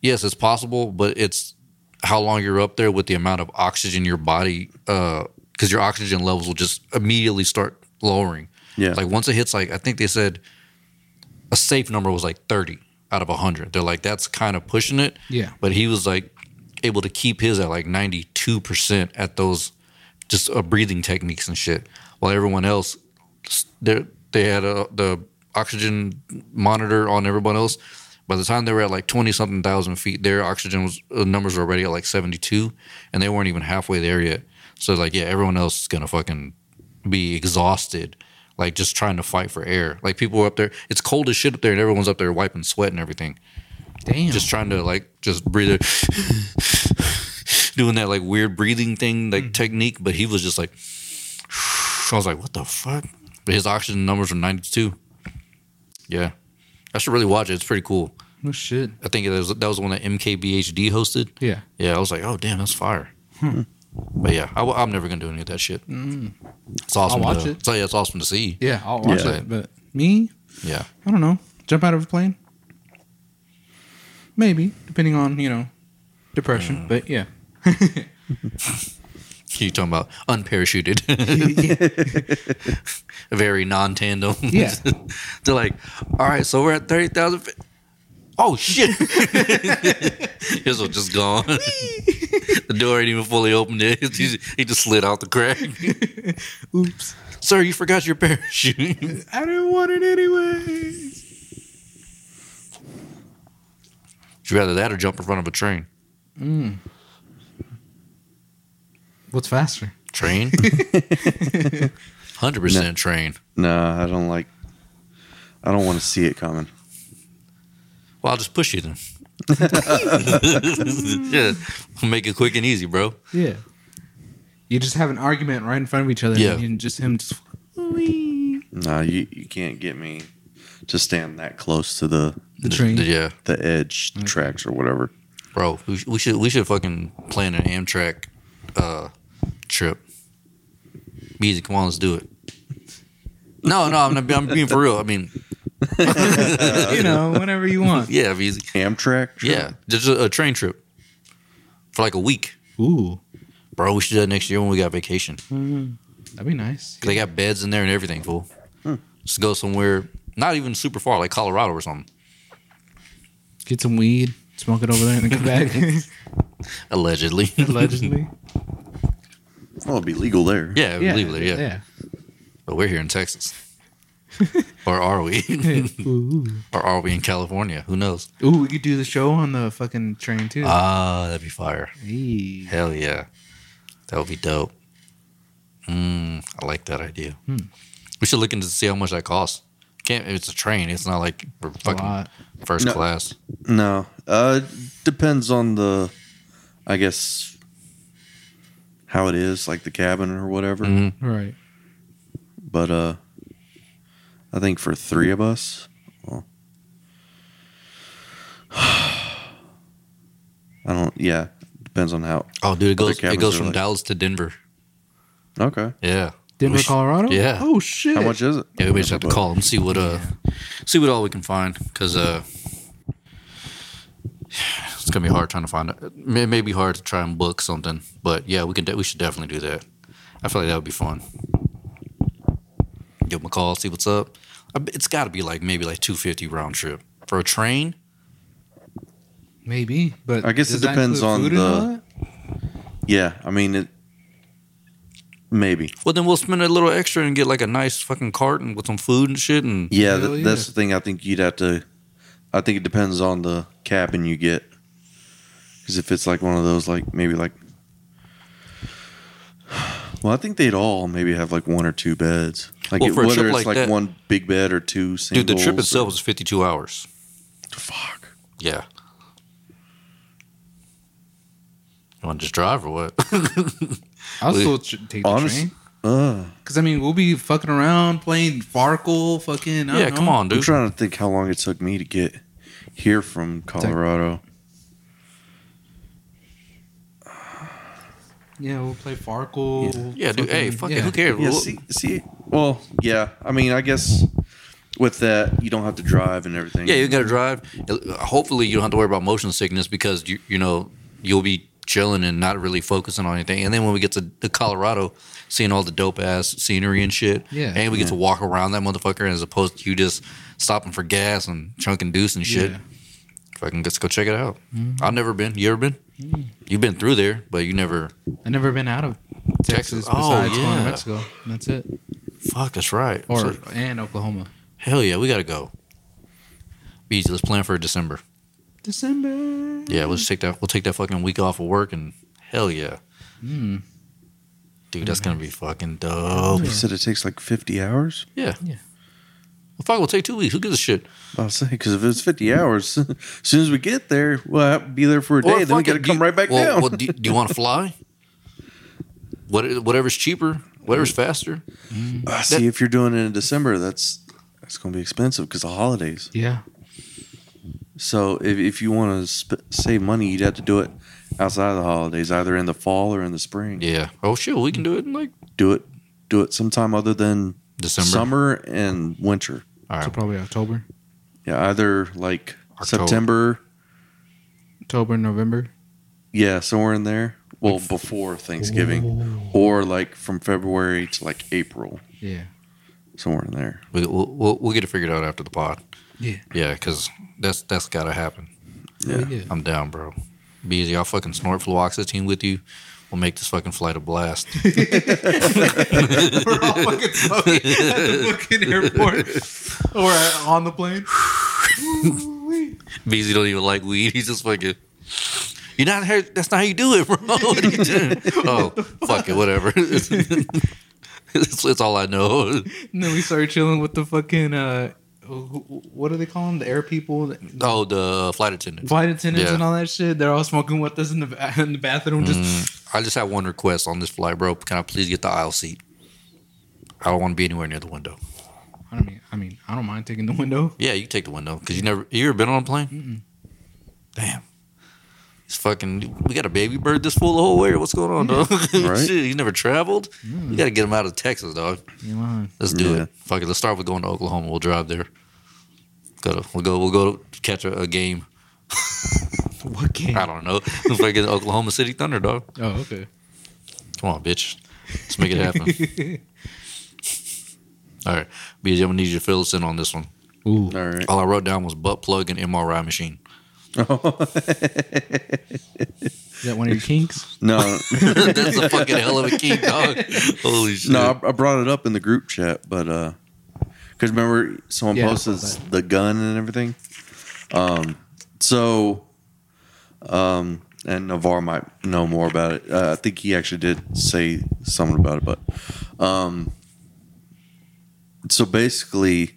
S2: yes, it's possible, but it's how long you're up there with the amount of oxygen your body, because your oxygen levels will just immediately start lowering.
S4: Yeah.
S2: like once it hits, like I think they said, a safe number was like 30 out of 100. They're like that's kind of pushing it.
S3: Yeah.
S2: but he was like able to keep his at like 92 percent at those just uh, breathing techniques and shit. While everyone else, they they had a, the oxygen monitor on everyone else. By the time they were at like twenty something thousand feet, their oxygen was, uh, numbers were already at like seventy two, and they weren't even halfway there yet. So like, yeah, everyone else is gonna fucking be exhausted, like just trying to fight for air. Like people were up there, it's cold as shit up there, and everyone's up there wiping sweat and everything,
S3: Damn.
S2: just trying to like just breathe it, doing that like weird breathing thing,
S3: Mm-hmm.
S2: like technique. But he was just like, I was like, what the fuck? But his oxygen numbers were ninety two. Yeah, I should really watch it. It's pretty cool.
S3: no Oh, shit.
S2: I think it was, that was the one that MKBHD hosted.
S3: Yeah.
S2: Yeah, I was like, oh damn, that's fire.
S3: Hmm.
S2: But yeah, I, am never gonna do any of that shit. It's awesome.
S3: Mm. watch
S2: to,
S3: it.
S2: So yeah, it's awesome to see.
S3: Yeah, I'll watch
S4: Yeah.
S3: it. But me,
S2: Yeah,
S3: I don't know. Jump out of a plane? Maybe, depending on, you know, depression. But yeah.
S2: you talking about unparachuted, very non-tandem.
S3: Yeah.
S2: they're like, all right, so we're at thirty thousand. Fi- oh shit! His was just gone. the door ain't even fully opened. It he he just slid out the crack.
S3: Oops.
S2: Sir, you forgot your parachute.
S3: I didn't want it anyway.
S2: Would you rather that or jump in front of a train?
S3: What's faster?
S2: Train? 100% train.
S4: Nah, I don't like. I don't want to see it coming.
S2: Well, I'll just push you then. yeah. Make it quick and easy, bro.
S3: Yeah. You just have an argument right in front of each other.
S2: Yeah.
S3: And you just him just. Wee.
S4: Nah, you you can't get me to stand that close to the
S3: The train.
S2: Yeah.
S4: the edge tracks or whatever.
S2: Bro, we, sh- we should we should fucking plan an Amtrak uh, trip. Easy, come on, let's do it. No, no, I'm, not, I'm being for real. I mean,
S3: you know, whenever you want.
S2: yeah, it'd be easy.
S4: Amtrak. track?
S2: Yeah, just a, a train trip for like a week.
S3: Ooh,
S2: Bro, we should do that next year when we got vacation.
S3: that'd be nice.
S2: They got beds in there and everything, fool. Just go somewhere, not even super far, like Colorado or something.
S3: Get some weed, smoke it over there, and then come back.
S2: Allegedly.
S3: Allegedly.
S4: Well, it'd be legal there.
S2: yeah, believe it, yeah.
S3: Yeah.
S2: But we're here in Texas. or are we?
S3: yeah. Ooh.
S2: or are we in California? Who knows?
S3: Ooh, we could do the show on the fucking train too.
S2: Ah, that'd be fire.
S3: hey.
S2: Hell yeah. That would be dope. Mm, I like that idea.
S4: Hmm.
S2: We should look into see how much that costs. Can't it's a train. It's not like we're fucking
S3: lot.
S2: first
S4: No.
S2: class.
S4: No, uh, depends on the, I guess, how it is, like the cabin or whatever.
S2: Mhm.
S3: Right.
S4: But uh, I think for three of us, well, I don't. Yeah, depends on how.
S2: Oh, dude, it
S4: Other
S2: goes it
S4: cabins
S2: goes
S4: are
S2: from
S4: like-
S2: Dallas to Denver.
S4: Okay,
S2: Yeah,
S3: Denver,
S2: We should-
S3: Colorado.
S2: Yeah.
S3: Oh shit.
S4: how much is it?
S2: Yeah, we just have to call them see what uh see what all we can find because uh it's gonna be hard trying to find it. May- It may be hard to try and book something, but yeah, we can. De- we should definitely do that. I feel like that would be fun. Give them a call, see what's up. I bet It's got to be like maybe like two fifty round trip for a train.
S3: Maybe, but
S4: I guess
S3: does
S4: it
S3: that
S4: depends
S3: include
S4: on
S3: food and all
S4: the-
S3: that?
S4: Yeah, I mean it. Maybe.
S2: Well, then we'll spend a little extra and get like a nice fucking cart and with some food and shit. And
S4: Yeah,
S3: Hell
S4: th-
S3: yeah.
S4: that's the thing. I think you'd have to. I think it depends on the cabin you get. Because if it's like one of those, like maybe like Well, I think they'd all maybe have like one or two beds. Like
S2: Well,
S4: it-
S2: for a
S4: whether
S2: trip
S4: it's
S2: like
S4: like,
S2: that-
S4: one big bed or two singles.
S2: Dude, the trip
S4: or-
S2: itself was 52 hours.
S4: Fuck.
S2: Yeah. You want to just drive or what?
S3: I'll still tr- take the
S4: Honest-
S3: train.
S4: Uh,
S3: Because I mean, we'll be fucking around playing Farkle, fucking. I don't
S2: yeah,
S3: know.
S2: come on,
S4: I'm
S2: dude.
S4: trying to think how long it took me to get here from Colorado.
S3: Yeah, we'll play Farkle. we'll
S2: Yeah, dude. Hey, fuck it.
S3: yeah.
S2: Who cares?
S4: Yeah,
S2: We'll-
S4: see, see, well, yeah. I mean, I guess with that, you don't have to drive and everything.
S2: Yeah, you got to drive. Hopefully, you don't have to worry about motion sickness because you you know you'll be chilling and not really focusing on anything. And then when we get to, to Colorado, seeing all the dope ass scenery and shit,
S3: Yeah.
S2: and we get to walk around that motherfucker as opposed to you just stopping for gas and chunking deuce and shit.
S3: Yeah.
S2: Fucking just go check it out.
S4: Mm-hmm.
S2: I've never been. You ever been?
S4: Mm.
S2: You've been through there, but you never.
S3: I've never been out of Texas,
S2: Texas. Oh,
S3: besides going
S2: yeah.
S3: to Mexico. And That's it.
S2: Fuck, that's right.
S3: Or
S2: So-
S3: and Oklahoma.
S2: hell yeah, we gotta go. Easy, let's plan for December.
S3: December.
S2: Yeah, let's
S4: Mm.
S2: take that. We'll take that fucking week off of work and hell yeah,
S3: Mm.
S2: dude, that's gonna be fucking dope.
S4: You said it takes like 50 hours.
S2: Yeah,
S3: Yeah.
S2: Well, fuck, we'll take two weeks. Who gives a shit?
S4: I'll say because if it's 50 hours, as soon as we get there, we'll have to be there for a day.
S2: Or
S4: then we
S2: fuck
S4: got to
S2: it, do
S4: come
S2: you-
S4: right back
S2: well,
S4: down.
S2: well, do, do you want to fly? What, whatever's cheaper, whatever's
S4: Mm.
S2: faster.
S4: Ah, see, if you're doing it in December, that's that's going to be expensive because the holidays.
S3: Yeah.
S4: So if, if you want to sp- save money, you'd have to do it outside of the holidays, either in the fall or in the spring.
S2: Yeah. Oh shit, we can do it in like
S4: Do it, do it sometime other than
S2: December.
S4: summer and winter.
S2: All
S3: So
S2: right.
S3: probably October.
S4: Yeah, either like
S2: October.
S4: September.
S3: October, November.
S4: Yeah, somewhere in there. Well, before Thanksgiving, or like from February to like April,
S3: Yeah.
S4: somewhere in there.
S2: We, we'll, we'll we'll get it figured out after the pod.
S3: Yeah.
S2: Yeah, because that's that's gotta happen.
S4: Yeah.
S3: yeah.
S2: I'm down, bro. Be easy. I'll fucking snort fluoxetine with you. We'll make this fucking flight a blast.
S3: We're all fucking smoking at the fucking airport or uh, on the plane. Ooh-wee.
S2: Beasley don't even like weed. He's just fucking. You're not. How, that's not how you do it, bro. What are you doing? oh, fuck it. Whatever. it's, it's all I know.
S3: and then we started chilling with the fucking uh, wh- wh- what do they call them? The air people, the
S2: Oh, the flight attendant.
S3: flight attendants,
S2: Yeah.
S3: and all that shit. They're all smoking with us in the ba- in the bathroom. Just
S2: I just have one request on this flight, bro. Can I please get the aisle seat? I don't want to be anywhere near the window.
S3: I mean, I mean, I don't mind taking the window.
S2: Yeah, you can take the window because you never. You ever been on a plane? Damn. It's fucking. We got a baby bird this full the whole way. or What's going on, dog?
S4: Right. Mm.
S2: Shit, you never traveled. You got to get him out of Texas, dog.
S3: You mind?
S2: Let's do
S4: Yeah.
S2: it. Fuck it. Let's start with going to Oklahoma. We'll drive there. Go to, we'll go. We'll go catch a, a game.
S3: What game?
S2: I don't know. Let's fucking Oklahoma City Thunder, dog.
S3: Oh, okay.
S2: Come on, bitch. Let's make it happen. All right, BJ, I'm gonna need you to fill us in on this one.
S3: Ooh,
S4: All right.
S2: All I wrote down was butt plug and MRI machine.
S3: is that one of your kinks?
S4: no,
S2: That's a fucking hell of a key, dog. Holy shit.
S4: no, I, I brought it up in the group chat, but uh, because remember someone
S3: Yeah, I saw
S4: posted the gun and everything. Um, so, um, and Navar might know more about it. Uh, I think he actually did say something about it, but um, so basically,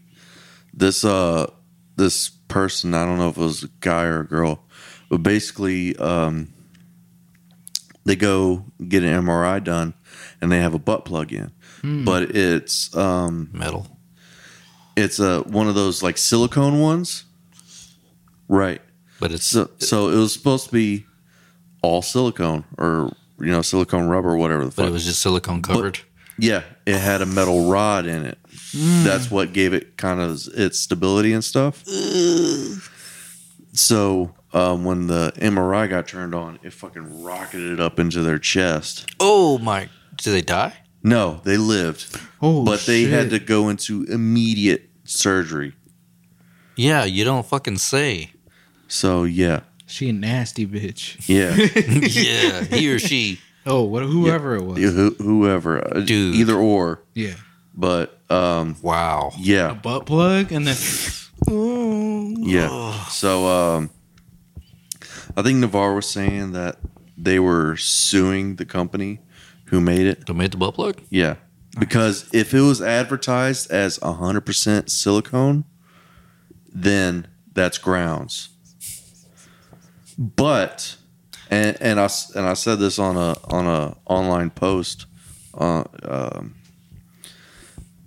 S4: this uh, this person I don't know if it was a guy or a girl, but basically, um, they go get an MRI done, and they have a butt plug in,
S3: Hmm.
S4: but it's um
S2: Metal.
S4: it's a one of those like silicone ones, right?
S2: But it's
S4: So so it was supposed to be all silicone or you know silicone rubber or whatever the
S2: but
S4: fuck.
S2: it was just silicone covered.
S4: yeah, it had a metal rod in it.
S2: Hmm.
S4: That's what gave it kind of its stability and stuff. so um, when the MRI got turned on, it fucking rocketed up into their chest.
S2: oh my! Did they die?
S4: No, they lived,
S3: Oh,
S4: but they had to
S3: shit.
S4: go into immediate surgery.
S2: Yeah, you don't fucking say.
S4: So yeah,
S3: She a nasty bitch.
S4: yeah.
S2: yeah, he or she.
S3: Oh, what? Whoever it was.
S4: Yeah, who, whoever, uh,
S2: Dude.
S4: either or.
S3: Yeah.
S4: But um,
S2: Wow.
S3: A
S4: yeah,
S3: butt plug and then. Ooh.
S4: yeah. So um, I think Navarre was saying that they were suing the company who made it.
S2: They made the butt plug.
S4: Yeah. Because if it was advertised as 100% silicone, then that's grounds. But and and I s- and I said this on a on a online post uh, um,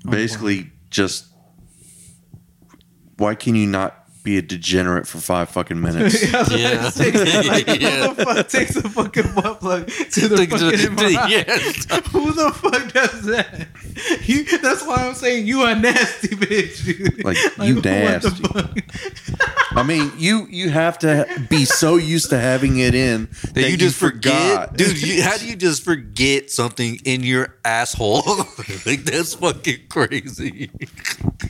S2: Oh,
S4: basically just why can you not be a degenerate for 5 fucking minutes?
S2: Yeah.
S3: Take, like,
S2: Yeah.
S3: Who the fuck takes the fucking butt plug to the
S2: Think to-
S3: fucking MRI?
S2: yes.
S3: Who the fuck does that? You, that's why I'm saying you are nasty, bitch. Dude.
S4: Like, you
S3: what the
S4: nasty.
S3: fuck?
S4: I mean, you you have to be so used to having it in that,
S2: That you just
S4: forgot.
S2: forget, dude. You, how do you just forget something in your asshole? like that's fucking crazy.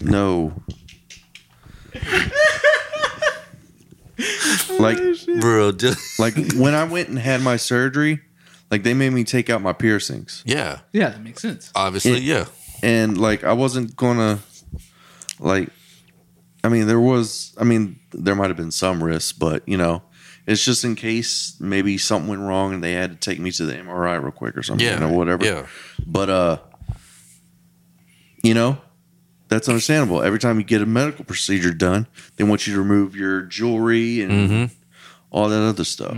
S4: No. like
S2: Bro, just
S4: like when I went and had my surgery, like they made me take out my piercings.
S2: yeah.
S3: Yeah, that makes sense.
S2: Obviously,
S4: It-
S2: yeah.
S4: And like I wasn't gonna like I mean there was I mean there might have been some risk, but you know, it's just in case maybe something went wrong and they had to take me to the MRI real quick or something
S2: Yeah.
S4: or whatever.
S2: Yeah.
S4: But uh you know, that's understandable. Every time you get a medical procedure done, they want you to remove your jewelry and
S2: Mm-hmm.
S4: all that other stuff.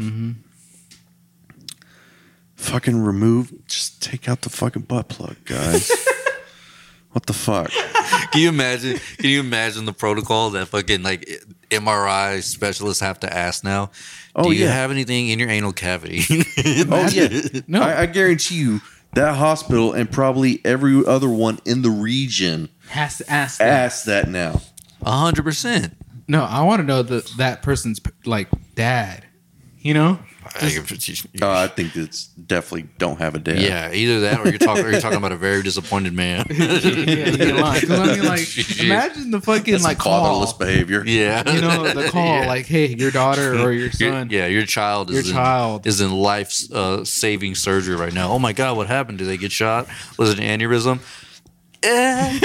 S4: Fucking remove just take out the fucking butt plug, guys. what the fuck?
S2: Can you imagine? Can you imagine the protocol that fucking like MRI specialists have to ask now?
S4: Oh,
S2: Do you
S4: yeah.
S2: have anything in your anal cavity?
S4: Oh yeah.
S3: No.
S4: I, I guarantee you that hospital and probably every other one in the region
S3: Has to ask. that.
S4: asks that now.
S2: hundred percent.
S3: No, I want to know that that person's like dad. You know,
S4: Uh, I think it's definitely don't have a dad.
S2: Yeah, either that or you're talking or you're talking about a very disappointed man.
S3: yeah, you're lying. 'Cause I mean, like, imagine the fucking
S4: That's
S3: like
S4: like fatherless
S3: call.
S4: behavior.
S2: yeah.
S3: You know, the call
S2: Yeah.
S3: like, "Hey, your daughter or your
S2: Your-
S3: son."
S2: yeah, your child is
S3: Your
S2: in,
S3: child.
S2: is in life uh, saving surgery right now. Oh my god, what happened? Did they get shot? Was it an aneurysm? Eh.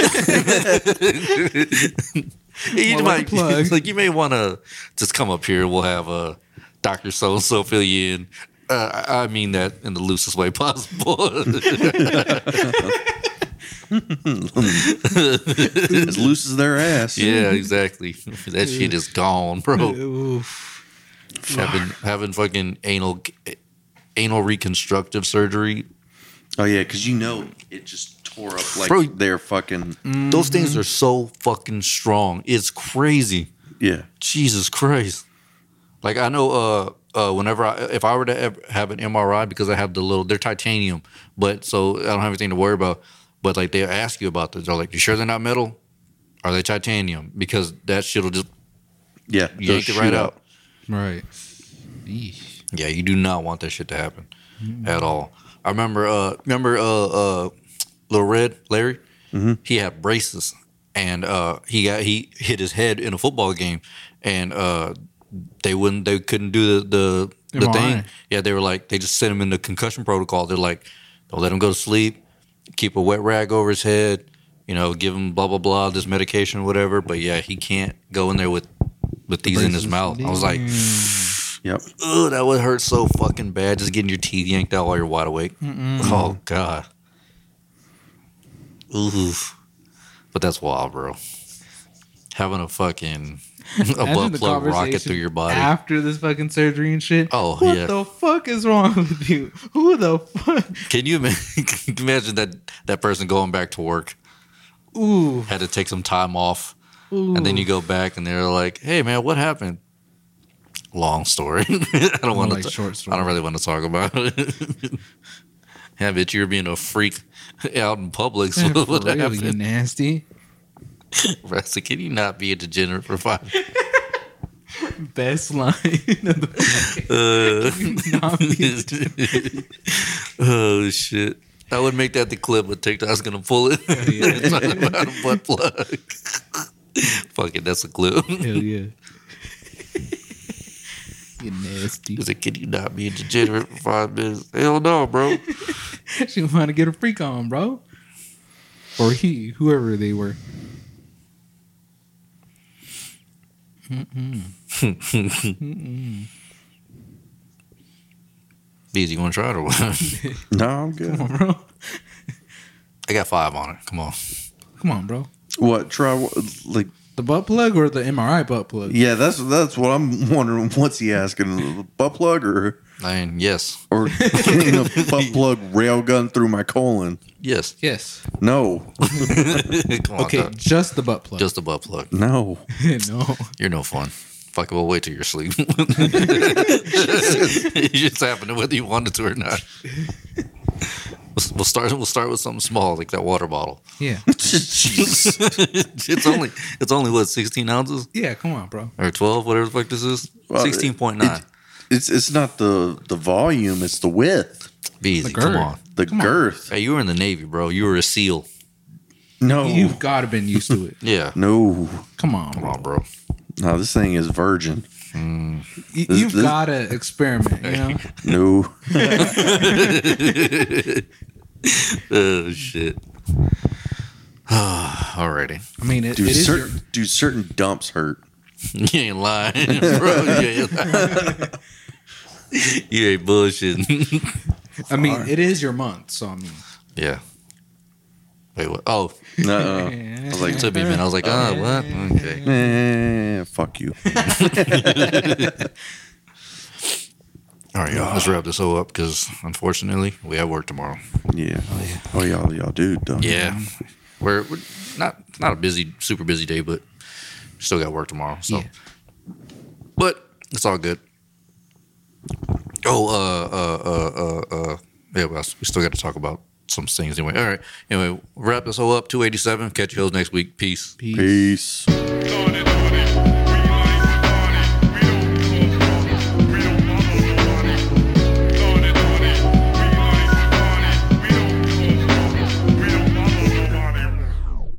S2: you
S3: More like a
S2: might
S3: plug.
S2: like you may want to just come up here. We'll have uh, Doctor So and So fill you in. Uh, I I mean that in the loosest way possible.
S4: As loose as their ass.
S2: yeah, exactly. That shit is gone, bro.
S3: Oof.
S2: having having fucking anal anal reconstructive surgery.
S4: Oh yeah, because you know it just tore up like
S2: Bro. mm.
S4: their fucking
S2: Those things
S4: Mm-hmm.
S2: are so fucking strong. It's crazy.
S4: yeah.
S2: Jesus Christ. Like I know uh uh whenever I if I were to ever have an MRI because I have the little they're titanium, but so I don't have anything to worry about. But like they ask you about this. They're like, You sure they're not metal? Are they titanium? Because that shit'll just
S4: Yeah,
S2: yank
S4: they'll
S2: it right
S4: shoot
S2: out.
S3: Right. Eesh.
S2: Yeah, you do not want that shit to happen at all. I remember, uh, remember, uh, uh, Little Red Larry. He had braces, and uh, he got he hit his head in a football game, and uh, they wouldn't, they couldn't do the the, the
S3: MRI.
S2: thing. Yeah, they were like, they just sent him into concussion protocol. They're like, don't let him go to sleep, keep a wet rag over his head, you know, give him blah blah blah, this medication, whatever. But yeah, he can't go in there with with these in his
S3: braces.
S2: mouth. I was like.
S4: Yep.
S2: Ugh, that would hurt so fucking bad just getting your teeth yanked out while you're wide awake. Oh god. Oof. But that's wild, bro. Having a fucking a
S3: Imagine
S2: blood
S3: the
S2: plug rocket
S3: conversation
S2: through your body.
S3: after this fucking surgery and shit.
S2: Oh,
S3: what
S2: yeah.
S3: the fuck is wrong with you? Who the fuck?
S2: Can you ima- can you imagine that that person going back to work
S3: Ooh,
S2: had to take some time off,
S3: ooh.
S2: and then you go back and they're like, "Hey, man, what happened?" Long story. I don't want
S3: like
S2: to.
S3: short
S2: I
S3: story.
S2: don't really want to talk about it. yeah, bitch, you were being a freak out in public. So
S3: For
S2: what
S3: real, you
S2: happened?
S3: nasty
S2: Rusty, can you not be a degenerate for five?
S3: best line. Of the
S2: Uh,
S3: Not me.
S2: oh shit! I would make that the clip, but TikTok's gonna pull it.
S3: yeah.
S2: Talking about a butt plug. Fuck it, that's a clip.
S3: Hell yeah. you nasty.
S2: He said, "Can you not be a degenerate for five minutes?" Hell no, bro.
S3: She wanted to get a freak on, bro. Or he, whoever they were.
S2: Bees, you want to try it or what?
S4: No, I'm good.
S3: Come on, bro.
S2: I got five on it. Come on.
S3: Come on, bro.
S4: What try? what- Like,
S3: The butt plug or the MRI butt plug?
S4: yeah, that's that's what I'm wondering. What's he asking? The Butt plug or
S2: I mean, yes.
S4: or getting a butt plug railgun through my colon?
S2: Yes.
S3: Yes.
S4: No,
S2: Come on,
S3: Okay,
S2: Doc.
S3: just the butt plug.
S2: Just a butt plug.
S4: no.
S3: no.
S2: You're no fun. Fuck, well, wait till you're asleep. it just happened whether you wanted to or not. We'll we'll start. We'll start with something small like that water bottle.
S3: Yeah.
S4: Jeez.
S2: it's only. It's only what 16 ounces
S3: Yeah, come on, bro.
S2: or 12, whatever the fuck this is.
S4: Well, it-
S2: 16.9.
S4: It's it's not the the volume. It's the width,
S2: Be easy.
S3: gird.
S2: Come on.
S4: the girth.
S2: Hey, you were in the Navy, bro. You were a SEAL.
S4: No,
S3: You've got to been used to it.
S2: Yeah.
S4: no,
S3: Come on,
S2: Come
S3: bro.
S2: on, bro.
S4: no. This thing is virgin.
S3: You,
S4: This-
S3: you've
S4: this-
S3: got to experiment. You know?
S4: No,
S2: Oh shit. Alrighty.
S3: I mean, it, it
S4: dude.
S3: is.
S4: certain
S3: your-
S4: dude. Certain dumps hurt.
S2: You ain't lying, bro. You ain't, lying. you ain't bullshitting.
S3: I mean, it is your month. So I mean,
S2: yeah. Wait, what? Oh,
S4: No, I was
S2: it
S4: like,
S2: took me a minute. I was like, oh, what? Okay.
S4: eh, fuck you.
S2: All right, y'all. Let's wrap this all up because unfortunately we have work tomorrow.
S4: Yeah. Oh y'all, y'all do. Don't you?
S2: Yeah, we're, we're not it's not a busy, super busy day, but still got work tomorrow. So,
S3: Yeah.
S2: but it's all good. Oh, uh, uh, uh, uh, uh, yeah. Well, we still got to talk about some things anyway. All right. Anyway, wrap this all up. Two eighty seven. Catch you guys next week. Peace.
S3: peace.
S4: Peace.
S1: Going in the